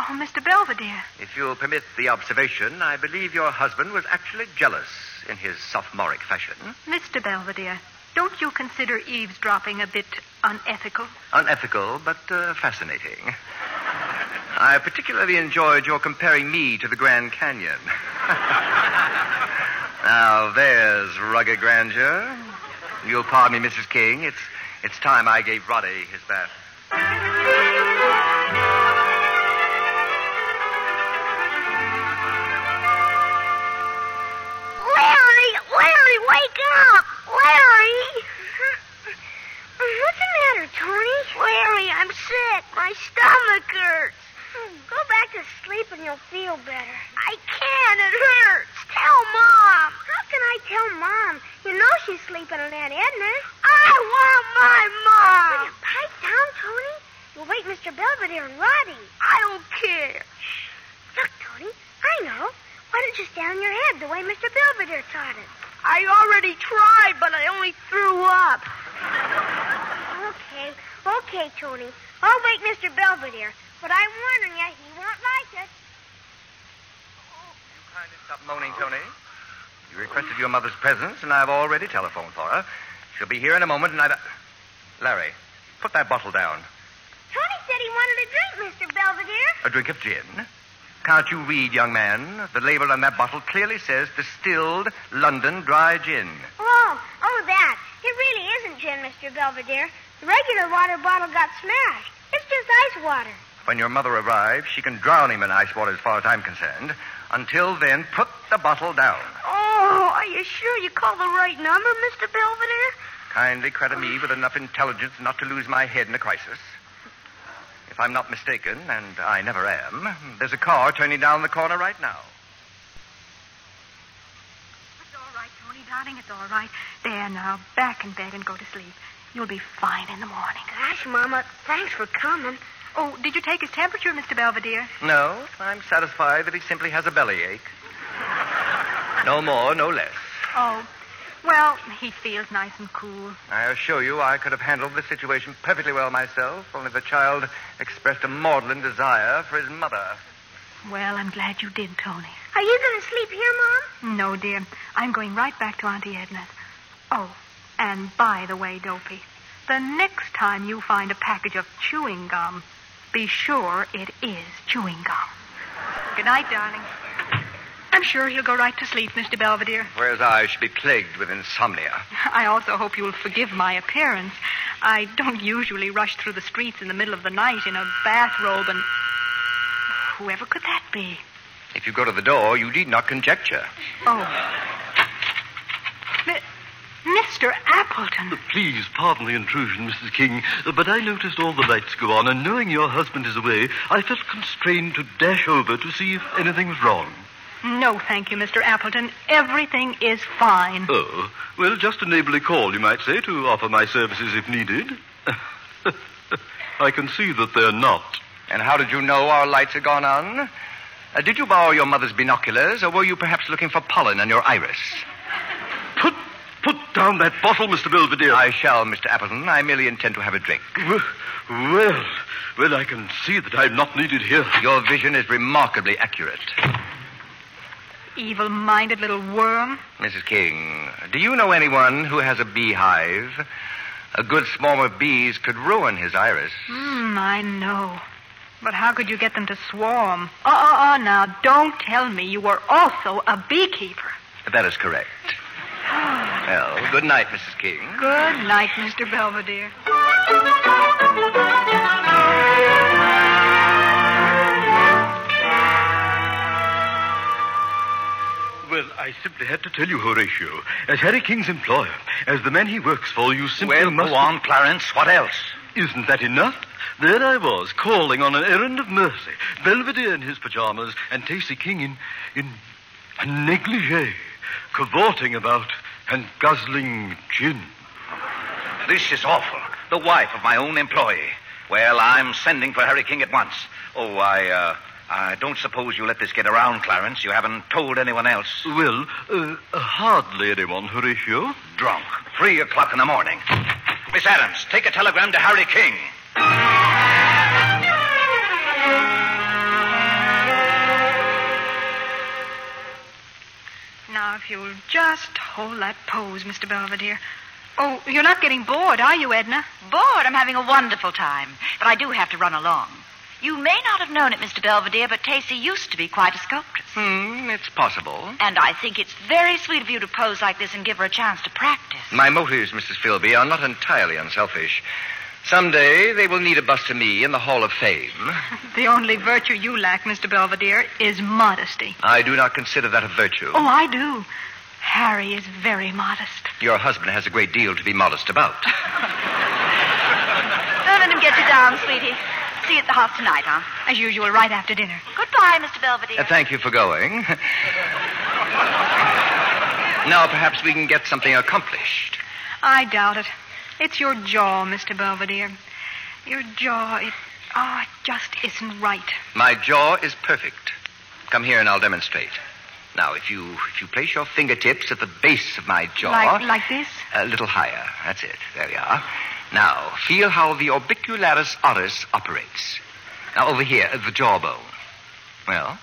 [SPEAKER 5] oh, Mr. Belvedere.
[SPEAKER 7] If you'll permit the observation, I believe your husband was actually jealous in his sophomoric fashion.
[SPEAKER 5] Mr. Belvedere, don't you consider eavesdropping a bit unethical?
[SPEAKER 7] Unethical, but uh, fascinating. I particularly enjoyed your comparing me to the Grand Canyon. now, there's rugged grandeur. You'll pardon me, Mrs. King. It's, it's time I gave Roddy his bath.
[SPEAKER 3] Larry, Larry, wake up! Larry! What's the matter, Tony? Larry, I'm sick. My stomach hurts. Hmm. Go back to sleep and you'll feel better. I can't. It hurts. Tell Mom. How can I tell Mom? You know she's sleeping on Aunt Edna. I want my Mom. Will you pipe down, Tony? You'll wake Mr. Belvedere and Roddy. I don't care. Look, Tony, I know. Why don't you down your head the way Mr. Belvedere taught it? I already tried, but I only threw up. okay, okay, Tony. I'll wake Mr. Belvedere, but I'm warning you, he won't like it.
[SPEAKER 7] Kindly stop moaning, Tony. You requested your mother's presence, and I've already telephoned for her. She'll be here in a moment, and I've. Larry, put that bottle down.
[SPEAKER 3] Tony said he wanted to drink, Mr. Belvedere?
[SPEAKER 7] A drink of gin? Can't you read, young man? The label on that bottle clearly says distilled London dry gin.
[SPEAKER 3] Oh, oh, that. It really isn't gin, Mr. Belvedere. The regular water bottle got smashed. It's just ice water.
[SPEAKER 7] When your mother arrives, she can drown him in ice water as far as I'm concerned. Until then, put the bottle down.
[SPEAKER 9] Oh, are you sure you called the right number, Mr. Belvedere?
[SPEAKER 7] Kindly credit me with enough intelligence not to lose my head in a crisis. If I'm not mistaken, and I never am, there's a car turning down the corner right now.
[SPEAKER 5] It's all right, Tony, darling. It's all right. There now, back in bed and go to sleep. You'll be fine in the morning.
[SPEAKER 9] Gosh, Mama, thanks for coming.
[SPEAKER 5] Oh, did you take his temperature, Mr. Belvedere?
[SPEAKER 7] No, I'm satisfied that he simply has a bellyache. no more, no less.
[SPEAKER 5] Oh, well, he feels nice and cool.
[SPEAKER 7] I assure you I could have handled the situation perfectly well myself, only the child expressed a maudlin desire for his mother.
[SPEAKER 5] Well, I'm glad you did, Tony.
[SPEAKER 3] Are you going to sleep here, Mom?
[SPEAKER 5] No, dear. I'm going right back to Auntie Edna's. Oh, and by the way, Dopey, the next time you find a package of chewing gum, be sure it is chewing gum. Good night, darling. I'm sure he'll go right to sleep, Mr. Belvedere.
[SPEAKER 7] Whereas I should be plagued with insomnia.
[SPEAKER 5] I also hope you'll forgive my appearance. I don't usually rush through the streets in the middle of the night in a bathrobe and. Whoever could that be?
[SPEAKER 7] If you go to the door, you need not conjecture.
[SPEAKER 5] Oh. Mi- Mr. Appleton.
[SPEAKER 4] Please pardon the intrusion, Mrs. King, but I noticed all the lights go on, and knowing your husband is away, I felt constrained to dash over to see if anything was wrong.
[SPEAKER 5] No, thank you, Mr. Appleton. Everything is fine.
[SPEAKER 4] Oh, well, just a neighborly call, you might say, to offer my services if needed. I can see that they're not.
[SPEAKER 7] And how did you know our lights had gone on? Uh, did you borrow your mother's binoculars, or were you perhaps looking for pollen on your iris?
[SPEAKER 4] Put down that bottle, Mr. Belvedere.
[SPEAKER 7] I shall, Mr. Appleton. I merely intend to have a drink.
[SPEAKER 4] Well, well, well, I can see that I'm not needed here.
[SPEAKER 7] Your vision is remarkably accurate.
[SPEAKER 5] Evil minded little worm.
[SPEAKER 7] Mrs. King, do you know anyone who has a beehive? A good swarm of bees could ruin his iris.
[SPEAKER 5] Hmm, I know. But how could you get them to swarm? Oh, oh, oh, now, don't tell me you were also a beekeeper.
[SPEAKER 7] That is correct. well, good night, Mrs. King.
[SPEAKER 5] Good night, Mr. Belvedere.
[SPEAKER 6] ah.
[SPEAKER 4] Well, I simply had to tell you, Horatio. As Harry King's employer, as the man he works for, you simply
[SPEAKER 7] Well,
[SPEAKER 4] must...
[SPEAKER 7] go on, Clarence. What else?
[SPEAKER 4] Isn't that enough? There I was, calling on an errand of mercy. Belvedere in his pajamas and Tacey King in, in a negligee, cavorting about and guzzling gin.
[SPEAKER 7] This is awful. The wife of my own employee. Well, I'm sending for Harry King at once. Oh, I, uh, I don't suppose you let this get around, Clarence. You haven't told anyone else.
[SPEAKER 4] Well, uh, hardly anyone, Horatio.
[SPEAKER 7] Drunk. Three o'clock in the morning. Miss Adams, take a telegram to Harry King.
[SPEAKER 5] Now, if you'll just hold that pose, Mr. Belvedere. Oh, you're not getting bored, are you, Edna?
[SPEAKER 9] Bored. I'm having a wonderful time, but I do have to run along. You may not have known it, Mr. Belvedere, but Tacey used to be quite a sculptress.
[SPEAKER 7] Hmm, it's possible.
[SPEAKER 9] And I think it's very sweet of you to pose like this and give her a chance to practice.
[SPEAKER 7] My motives, Mrs. Philby, are not entirely unselfish. Someday they will need a bust of me in the Hall of Fame.
[SPEAKER 5] The only virtue you lack, Mr. Belvedere, is modesty.
[SPEAKER 7] I do not consider that a virtue.
[SPEAKER 5] Oh, I do. Harry is very modest.
[SPEAKER 7] Your husband has a great deal to be modest about.
[SPEAKER 9] Don't let him get you down, sweetie. See you at the house tonight, huh?
[SPEAKER 5] As usual, right after dinner.
[SPEAKER 9] Goodbye, Mr. Belvedere.
[SPEAKER 7] Uh, thank you for going. now perhaps we can get something accomplished.
[SPEAKER 5] I doubt it. It's your jaw, Mr. Belvedere. Your jaw, it, oh, it just isn't right.
[SPEAKER 7] My jaw is perfect. Come here and I'll demonstrate. Now, if you if you place your fingertips at the base of my jaw,
[SPEAKER 5] Like, like this?
[SPEAKER 7] a little higher. That's it. There we are. Now, feel how the orbicularis oris operates. Now, over here, at the jawbone. Well,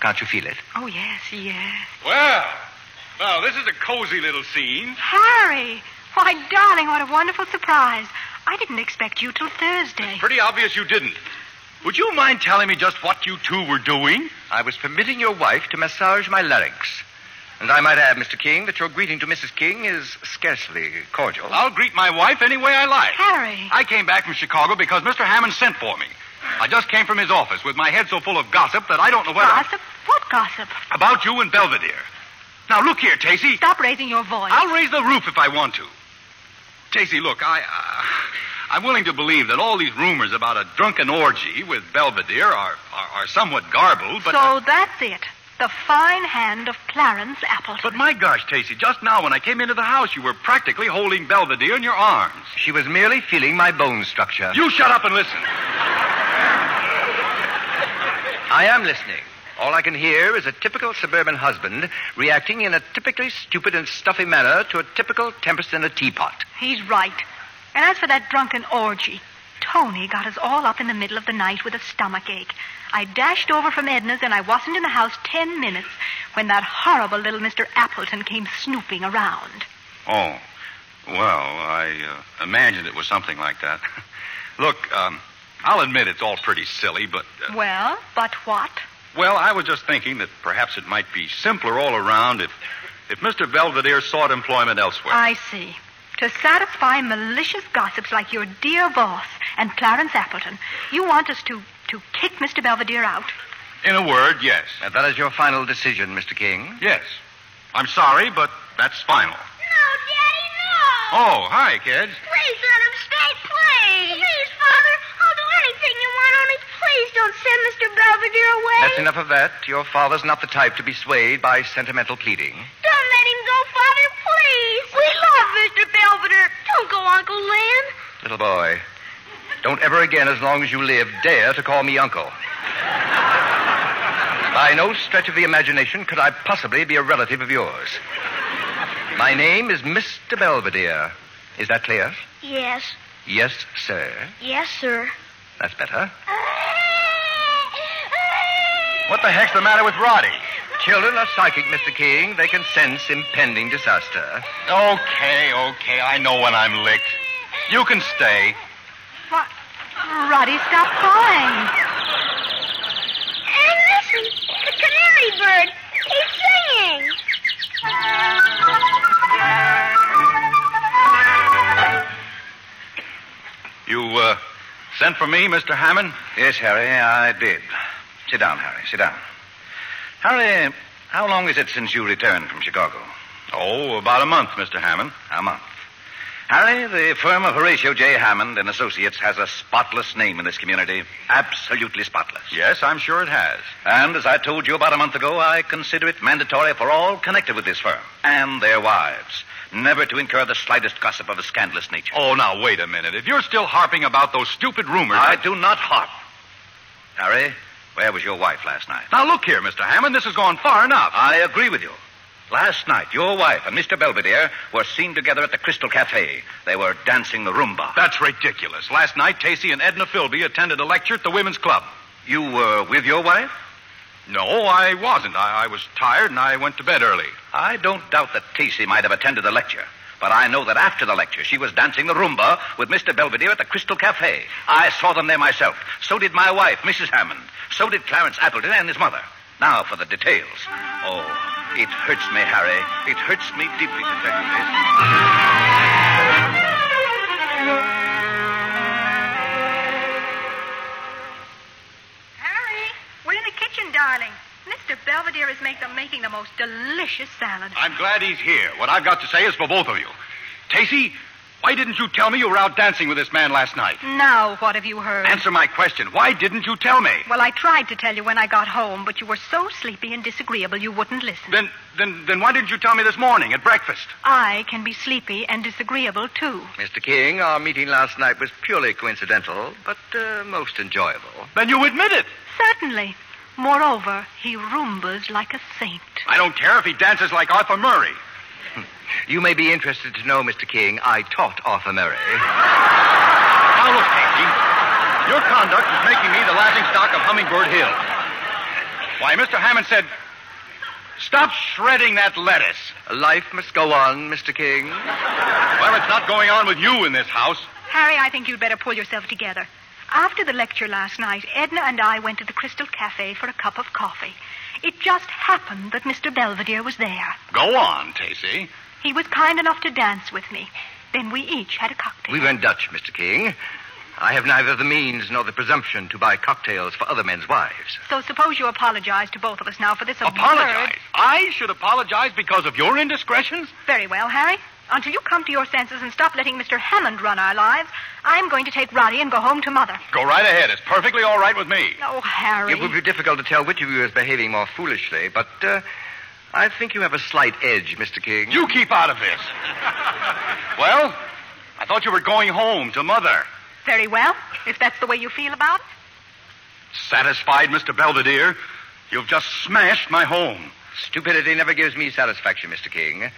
[SPEAKER 7] can't you feel it?
[SPEAKER 5] Oh, yes, yes.
[SPEAKER 6] Well, well, this is a cozy little scene.
[SPEAKER 5] Harry! Why, darling, what a wonderful surprise. I didn't expect you till Thursday.
[SPEAKER 6] Pretty obvious you didn't.
[SPEAKER 4] Would you mind telling me just what you two were doing?
[SPEAKER 7] I was permitting your wife to massage my larynx. And I might add, Mr. King, that your greeting to Mrs. King is scarcely cordial.
[SPEAKER 6] I'll greet my wife any way I like.
[SPEAKER 5] Harry.
[SPEAKER 6] I came back from Chicago because Mr. Hammond sent for me. I just came from his office with my head so full of gossip that I don't know whether.
[SPEAKER 5] Gossip? What gossip?
[SPEAKER 6] About you and Belvedere. Now, look here, Casey.
[SPEAKER 5] Stop raising your voice.
[SPEAKER 6] I'll raise the roof if I want to. Casey, look, I. Uh, I'm willing to believe that all these rumors about a drunken orgy with Belvedere are, are, are somewhat garbled, but.
[SPEAKER 5] so that's it. The fine hand of Clarence Appleton.
[SPEAKER 6] But my gosh, Casey, just now when I came into the house, you were practically holding Belvedere in your arms.
[SPEAKER 7] She was merely feeling my bone structure.
[SPEAKER 6] You shut up and listen.
[SPEAKER 7] I am listening. All I can hear is a typical suburban husband reacting in a typically stupid and stuffy manner to a typical tempest in a teapot.
[SPEAKER 5] He's right. And as for that drunken orgy, Tony got us all up in the middle of the night with a stomach ache. I dashed over from Edna's and I wasn't in the house ten minutes when that horrible little Mr. Appleton came snooping around.
[SPEAKER 6] Oh, well, I uh, imagined it was something like that. Look, um, I'll admit it's all pretty silly, but. Uh,
[SPEAKER 5] Well, but what?
[SPEAKER 6] well, I was just thinking that perhaps it might be simpler all around if, if Mr. Belvedere sought employment elsewhere.
[SPEAKER 5] I see. To satisfy malicious gossips like your dear boss and Clarence Appleton, you want us to, to kick Mr. Belvedere out.
[SPEAKER 6] In a word, yes.
[SPEAKER 7] And Uh, that is your final decision, Mr. King.
[SPEAKER 6] Yes. I'm sorry, but that's final.
[SPEAKER 3] No, Daddy, no.
[SPEAKER 6] Oh, hi, kids.
[SPEAKER 3] Please let him stay, please. Please, Father. I'll do anything you want, only please don't send Mr. Belvedere away.
[SPEAKER 7] That's enough of that. Your father's not the type to be swayed by sentimental pleading.
[SPEAKER 3] Don't let him go, Father, please. We love Mr. Belvedere. Don't go, Uncle Lynn.
[SPEAKER 7] Little boy, don't ever again, as long as you live, dare to call me uncle. By no stretch of the imagination could I possibly be a relative of yours. My name is Mr. Belvedere. Is that clear?
[SPEAKER 3] Yes.
[SPEAKER 7] Yes, sir.
[SPEAKER 3] Yes, sir.
[SPEAKER 7] That's better.
[SPEAKER 6] What the heck's the matter with Roddy?
[SPEAKER 7] Children are psychic, Mr. King. They can sense impending disaster.
[SPEAKER 6] Okay, okay. I know when I'm licked. You can stay.
[SPEAKER 5] What? Roddy, stop crying.
[SPEAKER 3] And listen, the canary bird. He's singing.
[SPEAKER 6] You uh, sent for me, Mr. Hammond?
[SPEAKER 7] Yes, Harry, I did. Sit down, Harry. Sit down. Harry, how long is it since you returned from Chicago?
[SPEAKER 6] Oh, about a month, Mr. Hammond.
[SPEAKER 7] A month. Harry, the firm of Horatio J. Hammond and Associates has a spotless name in this community. Absolutely spotless.
[SPEAKER 6] Yes, I'm sure it has.
[SPEAKER 7] And as I told you about a month ago, I consider it mandatory for all connected with this firm and their wives never to incur the slightest gossip of a scandalous nature.
[SPEAKER 6] Oh, now, wait a minute. If you're still harping about those stupid rumors.
[SPEAKER 7] I do not harp. Harry, where was your wife last night?
[SPEAKER 6] Now, look here, Mr. Hammond. This has gone far enough.
[SPEAKER 7] I agree with you. Last night, your wife and Mr. Belvedere were seen together at the Crystal Cafe. They were dancing the rumba.
[SPEAKER 6] That's ridiculous. Last night, Tacey and Edna Philby attended a lecture at the women's club.
[SPEAKER 7] You were with your wife?
[SPEAKER 6] No, I wasn't. I, I was tired and I went to bed early.
[SPEAKER 7] I don't doubt that Casey might have attended the lecture. But I know that after the lecture, she was dancing the rumba with Mr. Belvedere at the Crystal Cafe. I saw them there myself. So did my wife, Mrs. Hammond. So did Clarence Appleton and his mother. Now for the details. Oh, it hurts me, Harry. It hurts me deeply to tell you this.
[SPEAKER 5] Harry, we're in the kitchen, darling. Mr. Belvedere is make making the most delicious salad.
[SPEAKER 6] I'm glad he's here. What I've got to say is for both of you. Tacey, why didn't you tell me you were out dancing with this man last night?
[SPEAKER 5] Now, what have you heard?
[SPEAKER 6] Answer my question. Why didn't you tell me?
[SPEAKER 5] Well, I tried to tell you when I got home, but you were so sleepy and disagreeable you wouldn't listen.
[SPEAKER 6] Then, then, then why didn't you tell me this morning at breakfast?
[SPEAKER 5] I can be sleepy and disagreeable, too.
[SPEAKER 7] Mr. King, our meeting last night was purely coincidental, but uh, most enjoyable.
[SPEAKER 6] Then you admit it.
[SPEAKER 5] Certainly. Moreover, he roombas like a saint.
[SPEAKER 6] I don't care if he dances like Arthur Murray.
[SPEAKER 7] You may be interested to know, Mr. King, I taught Arthur Murray.
[SPEAKER 6] Now look, Pinky. Your conduct is making me the laughing stock of Hummingbird Hill. Why, Mr. Hammond said, Stop shredding that lettuce.
[SPEAKER 7] Life must go on, Mr. King.
[SPEAKER 6] Well, it's not going on with you in this house.
[SPEAKER 5] Harry, I think you'd better pull yourself together. After the lecture last night, Edna and I went to the Crystal Cafe for a cup of coffee. It just happened that Mr. Belvedere was there.
[SPEAKER 4] Go on, Tacy.
[SPEAKER 5] He was kind enough to dance with me. Then we each had a cocktail.
[SPEAKER 7] We went Dutch, Mr. King. I have neither the means nor the presumption to buy cocktails for other men's wives.
[SPEAKER 5] So suppose you apologize to both of us now for this absurd...
[SPEAKER 6] Apologize? I should apologize because of your indiscretions?
[SPEAKER 5] Very well, Harry. Until you come to your senses and stop letting Mr. Hammond run our lives, I'm going to take Roddy and go home to Mother.
[SPEAKER 6] Go right ahead. It's perfectly all right with me.
[SPEAKER 5] Oh, Harry.
[SPEAKER 7] It would be difficult to tell which of you is behaving more foolishly, but uh, I think you have a slight edge, Mr. King.
[SPEAKER 6] You keep out of this. well, I thought you were going home to Mother.
[SPEAKER 5] Very well, if that's the way you feel about it.
[SPEAKER 6] Satisfied, Mr. Belvedere? You've just smashed my home.
[SPEAKER 7] Stupidity never gives me satisfaction, Mr. King.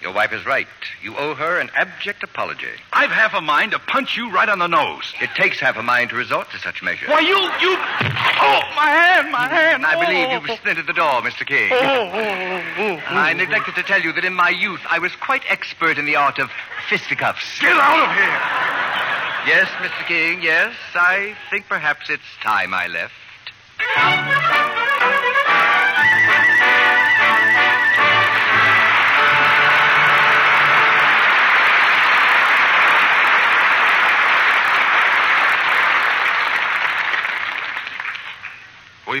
[SPEAKER 7] Your wife is right. You owe her an abject apology.
[SPEAKER 6] I've half a mind to punch you right on the nose.
[SPEAKER 7] It takes half a mind to resort to such measures.
[SPEAKER 6] Why, you, you. Oh, my hand, my hand.
[SPEAKER 7] I
[SPEAKER 6] Oh.
[SPEAKER 7] believe you've sniffed at the door, Mr. King. I neglected to tell you that in my youth I was quite expert in the art of fisticuffs.
[SPEAKER 6] Get out of here.
[SPEAKER 7] Yes, Mr. King, yes. I think perhaps it's time I left.
[SPEAKER 1] We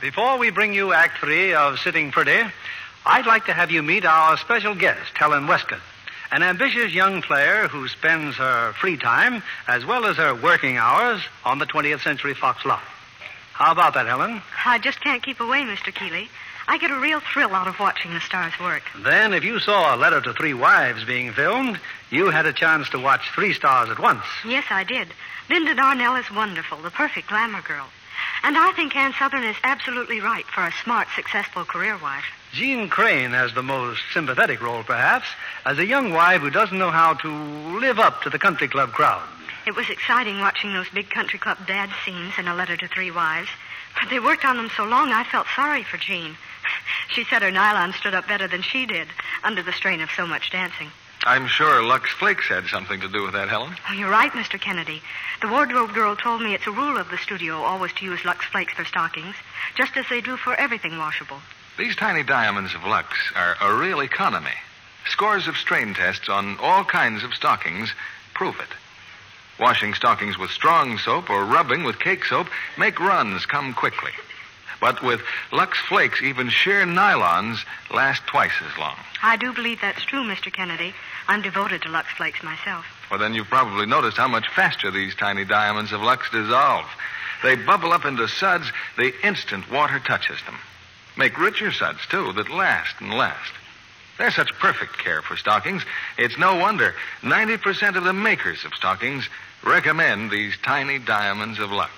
[SPEAKER 2] Before we bring you Act Three of Sitting Pretty, I'd like to have you meet our special guest, Helen Westcott, an ambitious young player who spends her free time as well as her working hours on the 20th Century Fox lot. How about that, Helen?
[SPEAKER 10] I just can't keep away, Mr. Keeley. I get a real thrill out of watching the stars work.
[SPEAKER 2] Then, if you saw A Letter to Three Wives being filmed, you had a chance to watch three stars at once.
[SPEAKER 10] Yes, I did. Linda Darnell is wonderful, the perfect glamour girl. And I think Anne Southern is absolutely right for a smart, successful career wife.
[SPEAKER 2] Jean Crane has the most sympathetic role, perhaps, as a young wife who doesn't know how to live up to the country club crowd.
[SPEAKER 10] It was exciting watching those big country club dad scenes in A Letter to Three Wives, but they worked on them so long I felt sorry for Jean. She said her nylon stood up better than she did under the strain of so much dancing.
[SPEAKER 1] I'm sure Lux Flakes had something to do with that, Helen.
[SPEAKER 10] Oh, you're right, Mr. Kennedy. The wardrobe girl told me it's a rule of the studio always to use Lux Flakes for stockings, just as they do for everything washable.
[SPEAKER 1] These tiny diamonds of Lux are a real economy. Scores of strain tests on all kinds of stockings prove it. Washing stockings with strong soap or rubbing with cake soap make runs come quickly. But with Lux Flakes, even sheer nylons last twice as long.
[SPEAKER 10] I do believe that's true, Mr. Kennedy. I'm devoted to Lux Flakes myself.
[SPEAKER 1] Well, then you've probably noticed how much faster these tiny diamonds of Lux dissolve. They bubble up into suds the instant water touches them. Make richer suds, too, that last and last. They're such perfect care for stockings, it's no wonder 90% of the makers of stockings recommend these tiny diamonds of Lux.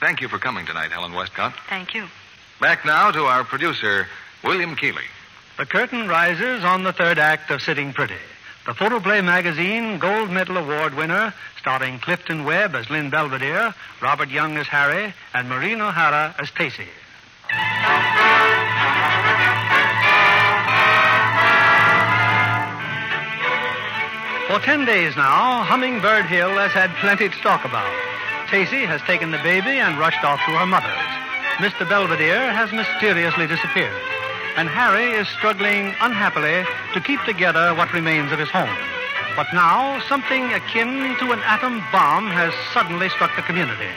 [SPEAKER 1] Thank you for coming tonight, Helen Westcott.
[SPEAKER 10] Thank you.
[SPEAKER 1] Back now to our producer, William Keeley.
[SPEAKER 2] The curtain rises on the third act of Sitting Pretty. The Photoplay Magazine Gold Medal Award winner, starring Clifton Webb as Lynn Belvedere, Robert Young as Harry, and Maureen O'Hara as Stacy. For ten days now, Hummingbird Hill has had plenty to talk about. Stacy has taken the baby and rushed off to her mother's. Mr. Belvedere has mysteriously disappeared. And Harry is struggling unhappily to keep together what remains of his home. But now, something akin to an atom bomb has suddenly struck the community.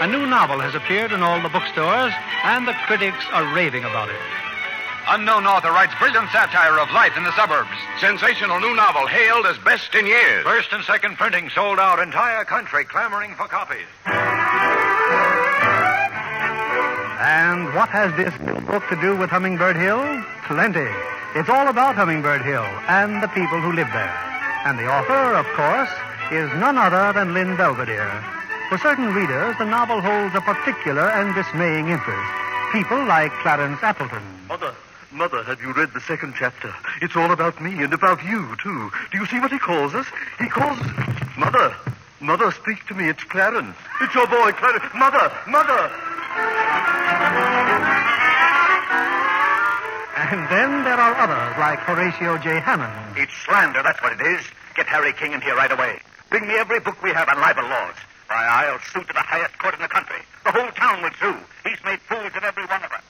[SPEAKER 2] A new novel has appeared in all the bookstores, and the critics are raving about it.
[SPEAKER 6] Unknown author writes brilliant satire of life in the suburbs. Sensational new novel hailed as best in years. First and second printing sold out. Entire country clamoring for copies.
[SPEAKER 2] And what has this book to do with Hummingbird Hill? Plenty. It's all about Hummingbird Hill and the people who live there. And the author, of course, is none other than Lynn Belvedere. For certain readers, the novel holds a particular and dismaying interest. People like Clarence Appleton.
[SPEAKER 4] Mother, Mother, have you read the second chapter? It's all about me and about you, too. Do you see what he calls us? He calls. Mother, Mother, speak to me. It's Clarence. It's your boy, Clarence. Mother, Mother!
[SPEAKER 2] And then there are others like Horatio J. Hammond.
[SPEAKER 11] It's slander, that's what it is. Get Harry King in here right away. Bring me every book we have on libel laws. Why, I'll sue to the highest court in the country. The whole town will sue. He's made fools of every one of us.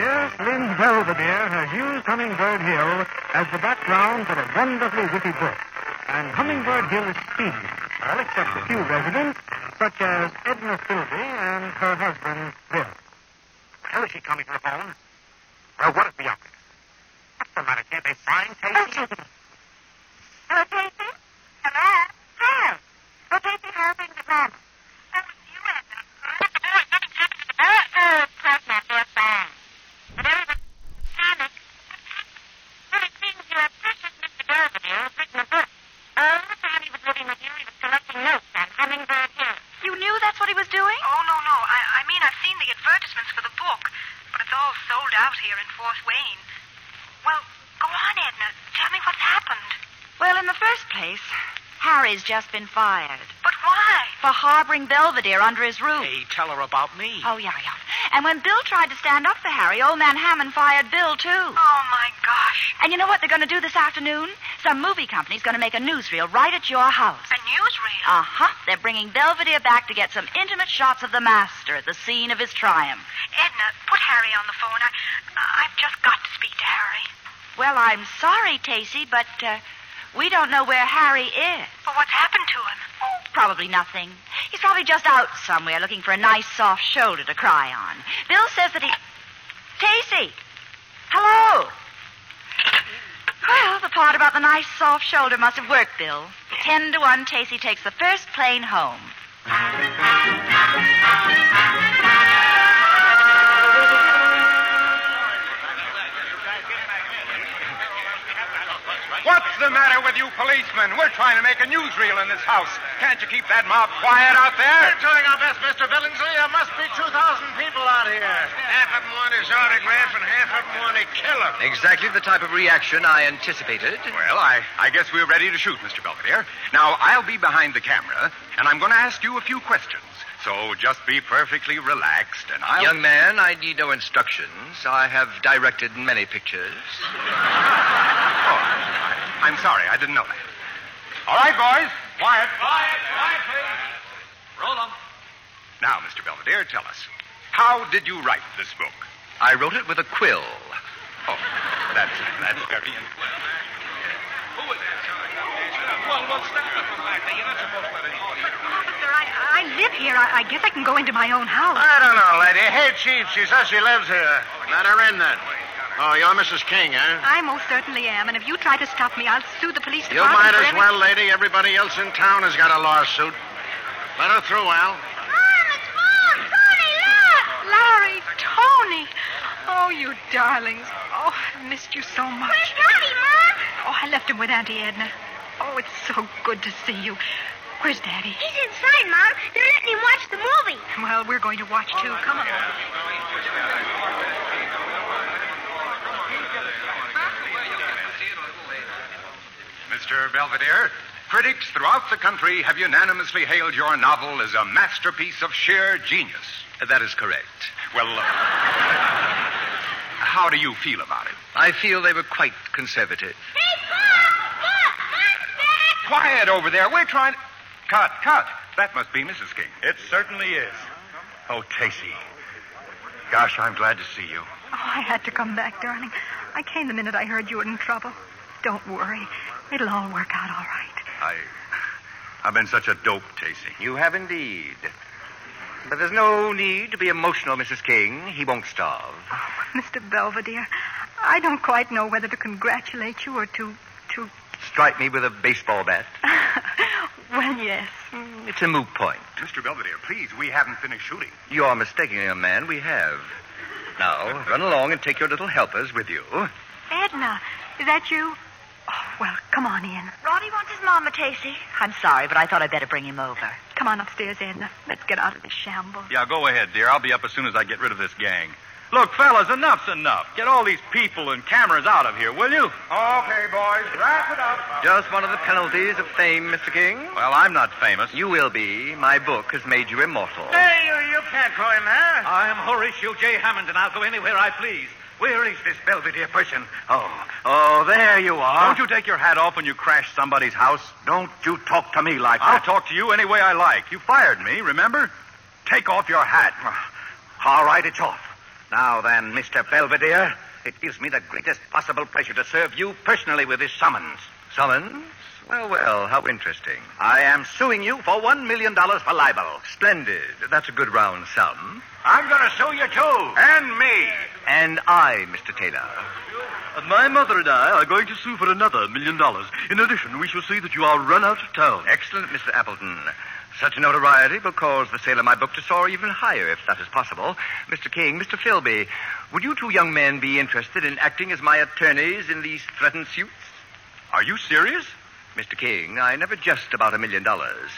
[SPEAKER 2] Yes, Lynn Belvedere has used Hummingbird Hill as the background for a wonderfully witty book. And Hummingbird Hill is speedy, well, except a few residents, such as Edna Philby and her husband, Bill.
[SPEAKER 11] Hell, is she coming to the phone? Well, what is the outfit? What's the matter? Can't they find Casey?
[SPEAKER 12] Hello, Casey? Hello? Hi. Well, Casey, how are things at home?
[SPEAKER 9] You knew that's what he was doing?
[SPEAKER 5] Oh, no, no. I, I mean, I've seen the advertisements for the book, but it's all sold out here in Fort Wayne. Well, go on, Edna. Tell me what's happened.
[SPEAKER 9] Well, in the first place, Harry's just been fired.
[SPEAKER 5] But why?
[SPEAKER 9] For harboring Belvedere under his roof.
[SPEAKER 13] Hey, tell her about me.
[SPEAKER 9] Oh, yeah, yeah. And when Bill tried to stand up for Harry, old man Hammond fired Bill, too. Oh,
[SPEAKER 5] my gosh.
[SPEAKER 9] And you know what they're going to do this afternoon? Some movie company's going to make a newsreel right at your house.
[SPEAKER 5] A newsreel?
[SPEAKER 9] Uh huh. They're bringing Belvedere back to get some intimate shots of the master at the scene of his triumph.
[SPEAKER 5] Edna, put Harry on the phone. I, I've just got to speak to Harry.
[SPEAKER 9] Well, I'm sorry, Tacy, but uh, we don't know where Harry is.
[SPEAKER 5] But what's happened to him?
[SPEAKER 9] Oh, probably nothing. He's probably just out somewhere looking for a nice soft shoulder to cry on. Bill says that he. Tacy! Hello! Well, the part about the nice soft shoulder must have worked, Bill. Ten to one, Tacy takes the first plane home.
[SPEAKER 1] What's the matter with you policemen? We're trying to make a newsreel in this house. Can't you keep that mob quiet out there?
[SPEAKER 14] We're doing our best, Mr. Billingsley. There must be 2,000 people out here. Half of them want his autograph and half of them want to kill him.
[SPEAKER 7] Exactly the type of reaction I anticipated.
[SPEAKER 6] Well, I, I guess we're ready to shoot, Mr. Belvedere. Now, I'll be behind the camera, and I'm going to ask you a few questions. So just be perfectly relaxed, and I'll.
[SPEAKER 7] Young man, I need no instructions. I have directed many pictures.
[SPEAKER 6] I'm sorry, Oh, I didn't know that. All right, boys, quiet.
[SPEAKER 14] Quiet, quiet, please. Roll them.
[SPEAKER 6] Now, Mr. Belvedere, tell us, how did you write this book?
[SPEAKER 7] I wrote it with a quill.
[SPEAKER 6] Oh, that's, that's very important.
[SPEAKER 10] Officer, I, I live here. I, I guess I can go into my own house.
[SPEAKER 14] I don't know, lady. Hey, Chief, she says she lives here. Let her in then. Oh, you're Mrs. King, eh?
[SPEAKER 10] I most certainly am, and if you try to stop me, I'll sue the police
[SPEAKER 14] You
[SPEAKER 10] department.
[SPEAKER 14] might
[SPEAKER 10] for
[SPEAKER 14] as
[SPEAKER 10] every-
[SPEAKER 14] well, lady. Everybody else in town has got a lawsuit. Let her through, Al.
[SPEAKER 10] Tony, look! Larry, Tony. Oh, you darlings. Oh, I've missed you so much. Where's Daddy, Mom? Oh, I left him with Auntie Edna. Oh, it's so good to see you. Where's Daddy?
[SPEAKER 3] He's inside, Mom. They're letting him watch the movie.
[SPEAKER 10] Well, we're going to watch too. Come
[SPEAKER 14] Oh,
[SPEAKER 10] on.
[SPEAKER 6] Mr. Belvedere, critics throughout the country have unanimously hailed your novel as a masterpiece of sheer genius.
[SPEAKER 7] That is correct.
[SPEAKER 6] Well, uh, how do you feel about it?
[SPEAKER 7] I feel they were quite conservative.
[SPEAKER 6] Quiet over there. We're trying. Cut, cut. That must be Mrs. King.
[SPEAKER 15] It certainly is.
[SPEAKER 6] Oh, Casey. Gosh, I'm glad to see you.
[SPEAKER 5] Oh, I had to come back, darling. I came the minute I heard you were in trouble. Don't worry. It'll all work out all right.
[SPEAKER 6] I. I've been such a dope, Casey.
[SPEAKER 7] You have indeed. But there's no need to be emotional, Mrs. King. He won't starve.
[SPEAKER 5] Mr. Belvedere, I don't quite know whether to congratulate you or to. to.
[SPEAKER 7] Strike me with a baseball bat.
[SPEAKER 5] Well, yes.
[SPEAKER 7] It's a moot point.
[SPEAKER 6] Mr. Belvedere, please, we haven't finished shooting.
[SPEAKER 7] You are mistaken, young man. We have. Now, run along and take your little helpers with you.
[SPEAKER 5] Edna, is that you? Oh, Well, come on in.
[SPEAKER 9] Roddy wants his mama, Tacy. I'm sorry, but I thought I'd better bring him over.
[SPEAKER 5] Come on upstairs, Edna. Let's get out of this shambles.
[SPEAKER 6] Yeah, go ahead, dear. I'll be up as soon as I get rid of this gang. Look, fellas, enough's enough. Get all these people and cameras out of here, will you?
[SPEAKER 14] Okay, boys, wrap it up.
[SPEAKER 7] Just one of the penalties of fame, Mr. King.
[SPEAKER 6] Well, I'm not famous.
[SPEAKER 7] You will be. My book has made you immortal.
[SPEAKER 14] Hey, you, you can't go in there.
[SPEAKER 13] I am Horatio J. Hammond, and I'll go anywhere I please. Where is this Belvedere person? Oh, oh, there you are.
[SPEAKER 6] Don't you take your hat off when you crash somebody's house?
[SPEAKER 13] Don't you talk to me like
[SPEAKER 6] I'll
[SPEAKER 13] that.
[SPEAKER 6] talk to you any way I like. You fired me, remember? Take off your hat.
[SPEAKER 13] All right, it's off. Now then, Mr. Belvedere, it gives me the greatest possible pleasure to serve you personally with this summons.
[SPEAKER 7] Summons? Well, well, how interesting.
[SPEAKER 13] I am suing you for $1 million for libel.
[SPEAKER 7] Splendid. That's a good round sum.
[SPEAKER 13] I'm going to sue you,
[SPEAKER 4] Oh.
[SPEAKER 13] too.
[SPEAKER 14] And me.
[SPEAKER 7] And I, Mr. Taylor.
[SPEAKER 4] My mother and I are going to sue for another million dollars. In addition, we shall see that you are run out of town.
[SPEAKER 7] Excellent, Mr. Appleton. Such notoriety will cause the sale of my book to soar even higher, if that is possible. Mr. King, Mr. Philby, would you two young men be interested in acting as my attorneys in these threatened suits?
[SPEAKER 6] Are you serious?
[SPEAKER 7] Mr. King, I never jest about a million dollars.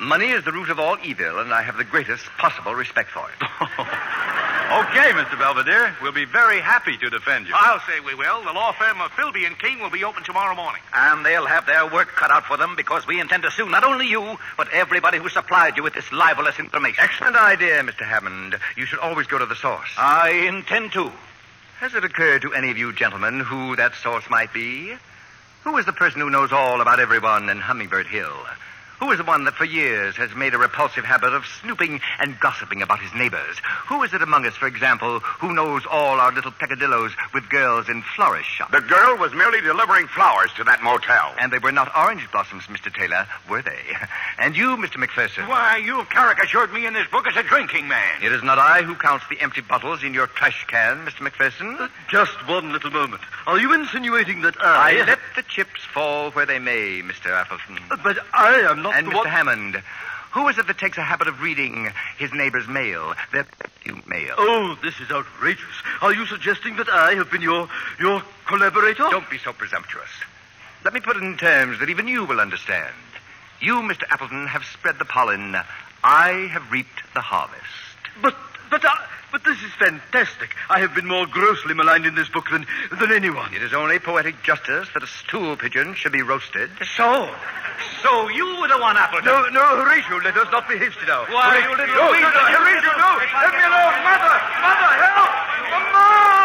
[SPEAKER 7] Money is the root of all evil, and I have the greatest possible respect for it.
[SPEAKER 6] Okay, Mr. Belvedere. We'll be very happy to defend you.
[SPEAKER 13] I'll
[SPEAKER 14] say we will. The law firm of Philby and King will be open tomorrow morning.
[SPEAKER 13] And they'll have their work cut out for them because we intend to sue not only you, but everybody who supplied you with this libelous information.
[SPEAKER 7] Excellent idea, Mr. Hammond. You should always go to the source.
[SPEAKER 13] I intend to.
[SPEAKER 7] Has it occurred to any of you gentlemen who that source might be? Who is the person who knows all about everyone in Hummingbird Hill? Who is the one that for years has made a repulsive habit of snooping and gossiping about his neighbors? Who is it among us, for example, who knows all our little peccadillos with girls in florist shops?
[SPEAKER 15] The girl was merely delivering flowers to that motel.
[SPEAKER 7] And they were not orange blossoms, Mr. Taylor, were they? And you, Mr. McPherson?
[SPEAKER 13] Why, you've caricatured me in this book as a drinking man.
[SPEAKER 7] It is not I who counts the empty bottles in your trash can, Mr. McPherson.
[SPEAKER 4] Just one little moment. Are you insinuating that I...
[SPEAKER 7] I let the chips fall where they may, Mr. Appleton.
[SPEAKER 4] Uh, But I am not
[SPEAKER 7] and
[SPEAKER 4] the
[SPEAKER 7] Mr.
[SPEAKER 4] one...
[SPEAKER 7] Hammond, who is it that takes a habit of reading his neighbor's mail, their perfume mail?
[SPEAKER 4] Oh, this is outrageous. Are you suggesting that I have been your your collaborator?
[SPEAKER 7] Don't be so presumptuous. Let me put it in terms that even you will understand. You, Mr. Appleton, have spread the pollen. I have reaped the harvest.
[SPEAKER 4] But but uh, but this is fantastic. I have been more grossly maligned in this book than than anyone.
[SPEAKER 7] It is only poetic justice that a stool pigeon should be roasted.
[SPEAKER 13] So, so you were the one, Appleton.
[SPEAKER 4] No, no, Horatio, let us not be hasty now.
[SPEAKER 13] Why, you
[SPEAKER 4] Horatio,
[SPEAKER 13] little
[SPEAKER 4] no, no,
[SPEAKER 13] weasel,
[SPEAKER 4] no,
[SPEAKER 13] you
[SPEAKER 4] Horatio,
[SPEAKER 13] little-
[SPEAKER 4] no.
[SPEAKER 13] If I
[SPEAKER 4] Let me
[SPEAKER 13] can-
[SPEAKER 4] alone. Mother, mother, help.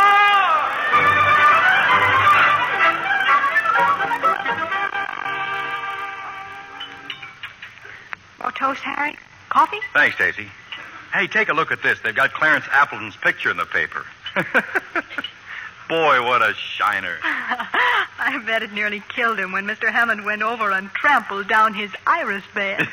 [SPEAKER 5] More toast, Harry? Coffee?
[SPEAKER 6] Thanks, Stacy. Hey, take a look at this. They've got Clarence Appleton's picture in the paper. Boy, what a shiner.
[SPEAKER 5] I bet it nearly killed him when Mr. Hammond went over and trampled down his iris bed.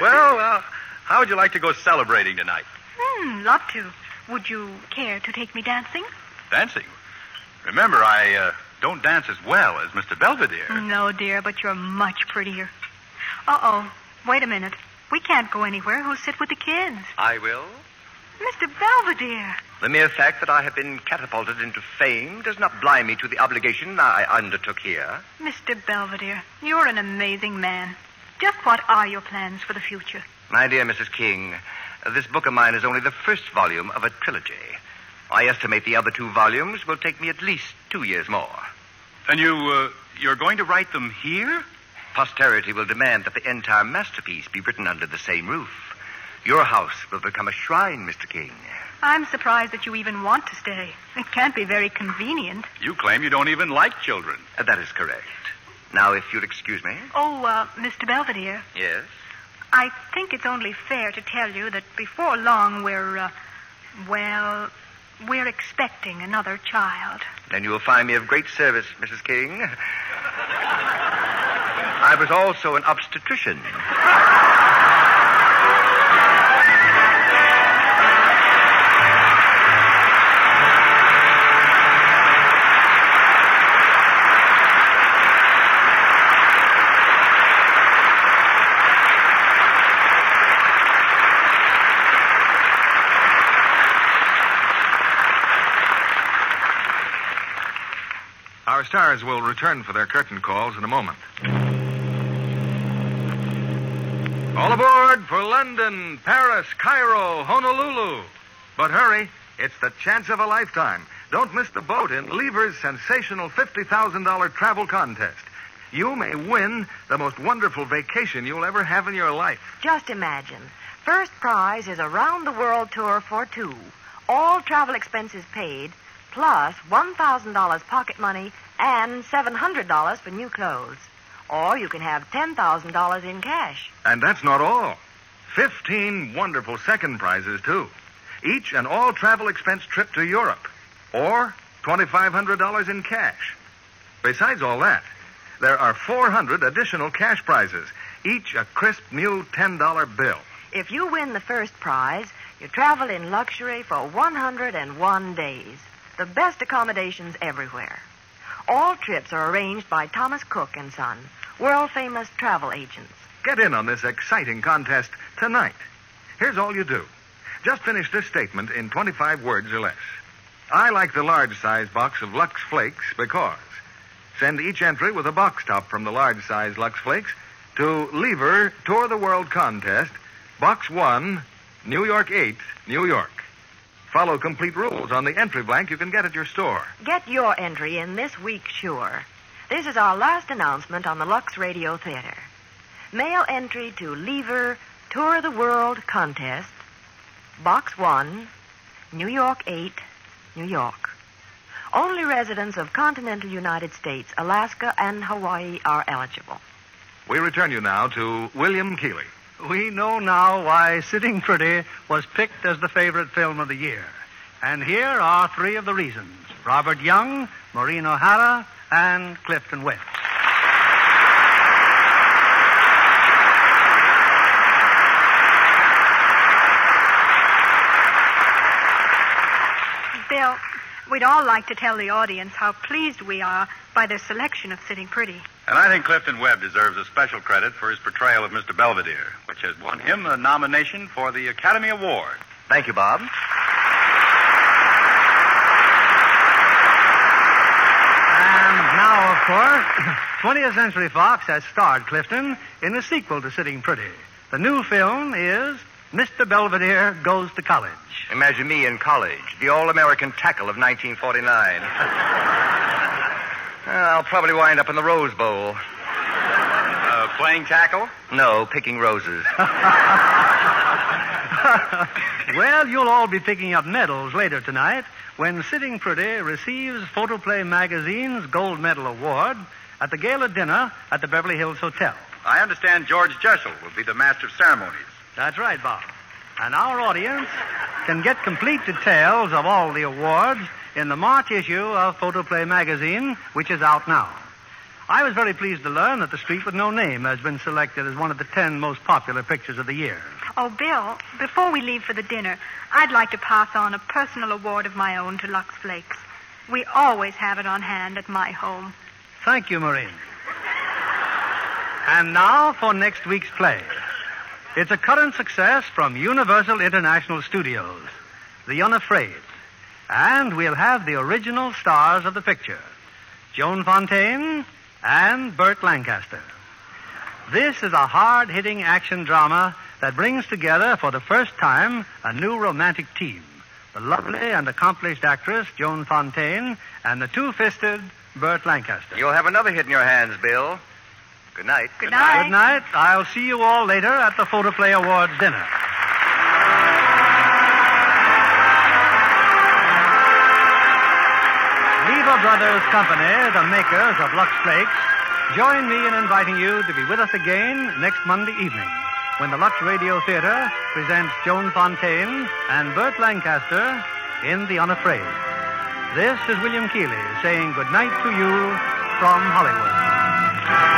[SPEAKER 6] Well, uh, how would you like to go celebrating tonight?
[SPEAKER 5] hmm, love to. Would you care to take me dancing?
[SPEAKER 6] Dancing. Remember, I uh, don't dance as well as Mr. Belvedere.
[SPEAKER 5] No, dear, but you're much prettier. Uh oh. Wait a minute. We can't go anywhere. Who'll sit with the kids?
[SPEAKER 7] I will.
[SPEAKER 5] Mr. Belvedere.
[SPEAKER 7] The mere fact that I have been catapulted into fame does not blind me to the obligation I undertook here.
[SPEAKER 5] Mr. Belvedere, you're an amazing man. Just what are your plans for the future?
[SPEAKER 7] My dear Mrs. King, uh, this book of mine is only the first volume of a trilogy. I estimate the other two volumes will take me at least two years more.
[SPEAKER 6] And you, uh, you're going to write them here?
[SPEAKER 7] Posterity will demand that the entire masterpiece be written under the same roof. Your house will become a shrine, Mr. King.
[SPEAKER 5] I'm surprised that you even want to stay. It can't be very convenient.
[SPEAKER 6] You claim you don't even like children.
[SPEAKER 7] Uh, That is correct. Now, if you'll excuse me.
[SPEAKER 5] Oh, uh, Mr. Belvedere,
[SPEAKER 7] Yes?
[SPEAKER 5] I think it's only fair to tell you that before long we're, uh, well, we're expecting another child.
[SPEAKER 7] Then you will find me of great service, Mrs. King. I was also an obstetrician.
[SPEAKER 6] All
[SPEAKER 1] Our stars will return for their curtain calls in a moment. All aboard for London, Paris, Cairo, Honolulu. But hurry, it's the chance of a lifetime. Don't miss the boat in Lever's sensational $50,000 travel contest. You may win the most wonderful vacation you'll ever have in your life.
[SPEAKER 8] Just imagine. First prize is a round the world tour for two. All travel expenses paid, plus $1,000 pocket money and $700 for new clothes. Or you can have $10,000 in cash.
[SPEAKER 1] And that's not all. Fifteen wonderful second prizes, too. Each an all travel expense trip to Europe, or $2,500 in cash. Besides all that, there are 400 additional cash prizes, each a crisp new $10 bill.
[SPEAKER 8] If you win the first prize, you travel in luxury for 101 days. The best accommodations everywhere. All trips are arranged by Thomas Cook and Son, world famous travel agents.
[SPEAKER 1] Get in on this exciting contest tonight. Here's all you do just finish this statement in 25 words or less. I like the large size box of Lux Flakes because. Send each entry with a box top from the large size Lux Flakes to Lever Tour the World Contest, Box 1, New York 8, New York. Follow complete rules on the entry blank you can get at your store.
[SPEAKER 8] Get your entry in this week, sure. This is our last announcement on the Lux Radio Theater. Mail entry to Lever Tour of the World Contest, Box 1, New York 8, New York. Only residents of continental United States, Alaska, and Hawaii are eligible.
[SPEAKER 1] We return you now to William Keeley.
[SPEAKER 2] We know now why Sitting Pretty was picked as the favorite film of the year. And here are three of the reasons Robert Young, Maureen O'Hara, and Clifton West.
[SPEAKER 5] Bill, we'd all like to tell the audience how pleased we are by their selection of Sitting Pretty.
[SPEAKER 6] And I think Clifton Webb deserves a special credit for his portrayal of Mr. Belvedere, which has won him a nomination for the Academy Award.
[SPEAKER 13] Thank you, Bob.
[SPEAKER 2] And now, of course, 20th Century Fox has starred Clifton in a sequel to Sitting Pretty. The new film is Mr. Belvedere Goes to College.
[SPEAKER 7] Imagine me in college, the all American tackle of 1949. Uh, I'll probably wind up in the Rose Bowl.
[SPEAKER 6] Uh, playing tackle?
[SPEAKER 7] No, picking roses.
[SPEAKER 2] well, you'll all be picking up medals later tonight when Sitting Pretty receives Photoplay Magazine's Gold Medal Award at the gala dinner at the Beverly Hills Hotel.
[SPEAKER 6] I understand George Jessel will be the master of ceremonies.
[SPEAKER 2] That's right, Bob. And our audience can get complete details of all the awards in the March issue of Photoplay Magazine, which is out now. I was very pleased to learn that The Street with No Name has been selected as one of the ten most popular pictures of the year.
[SPEAKER 5] Oh, Bill, before we leave for the dinner, I'd like to pass on a personal award of my own to Lux Flakes. We always have it on hand at my home.
[SPEAKER 2] Thank you, Maureen. And now for next week's play. It's a current success from Universal International Studios, The Unafraid. And we'll have the original stars of the picture Joan Fontaine and Burt Lancaster. This is a hard hitting action drama that brings together for the first time a new romantic team the lovely and accomplished actress Joan Fontaine and the two fisted Burt Lancaster.
[SPEAKER 7] You'll have another hit in your hands, Bill. Good night.
[SPEAKER 5] Good night.
[SPEAKER 2] Good night. I'll see you all later at the Photoplay Awards dinner. Lever Brothers Company, the makers of Lux Flakes, join me in inviting you to be with us again next Monday evening when the Lux Radio Theater presents Joan Fontaine and Burt Lancaster in The Unafraid. This is William Keeley saying good night to you from Hollywood.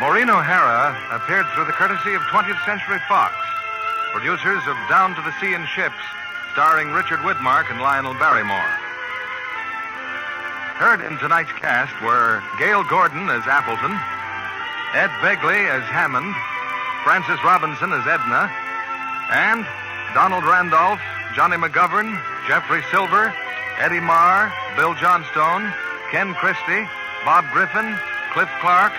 [SPEAKER 1] Maureen O'Hara appeared through the courtesy of 20th Century Fox, producers of Down to the Sea in Ships, starring Richard Widmark and Lionel Barrymore. Heard in tonight's cast were Gail Gordon as Appleton, Ed Begley as Hammond, Francis Robinson as Edna, and Donald Randolph, Johnny McGovern, Jeffrey Silver, Eddie Marr, Bill Johnstone, Ken Christie, Bob Griffin, Cliff Clark,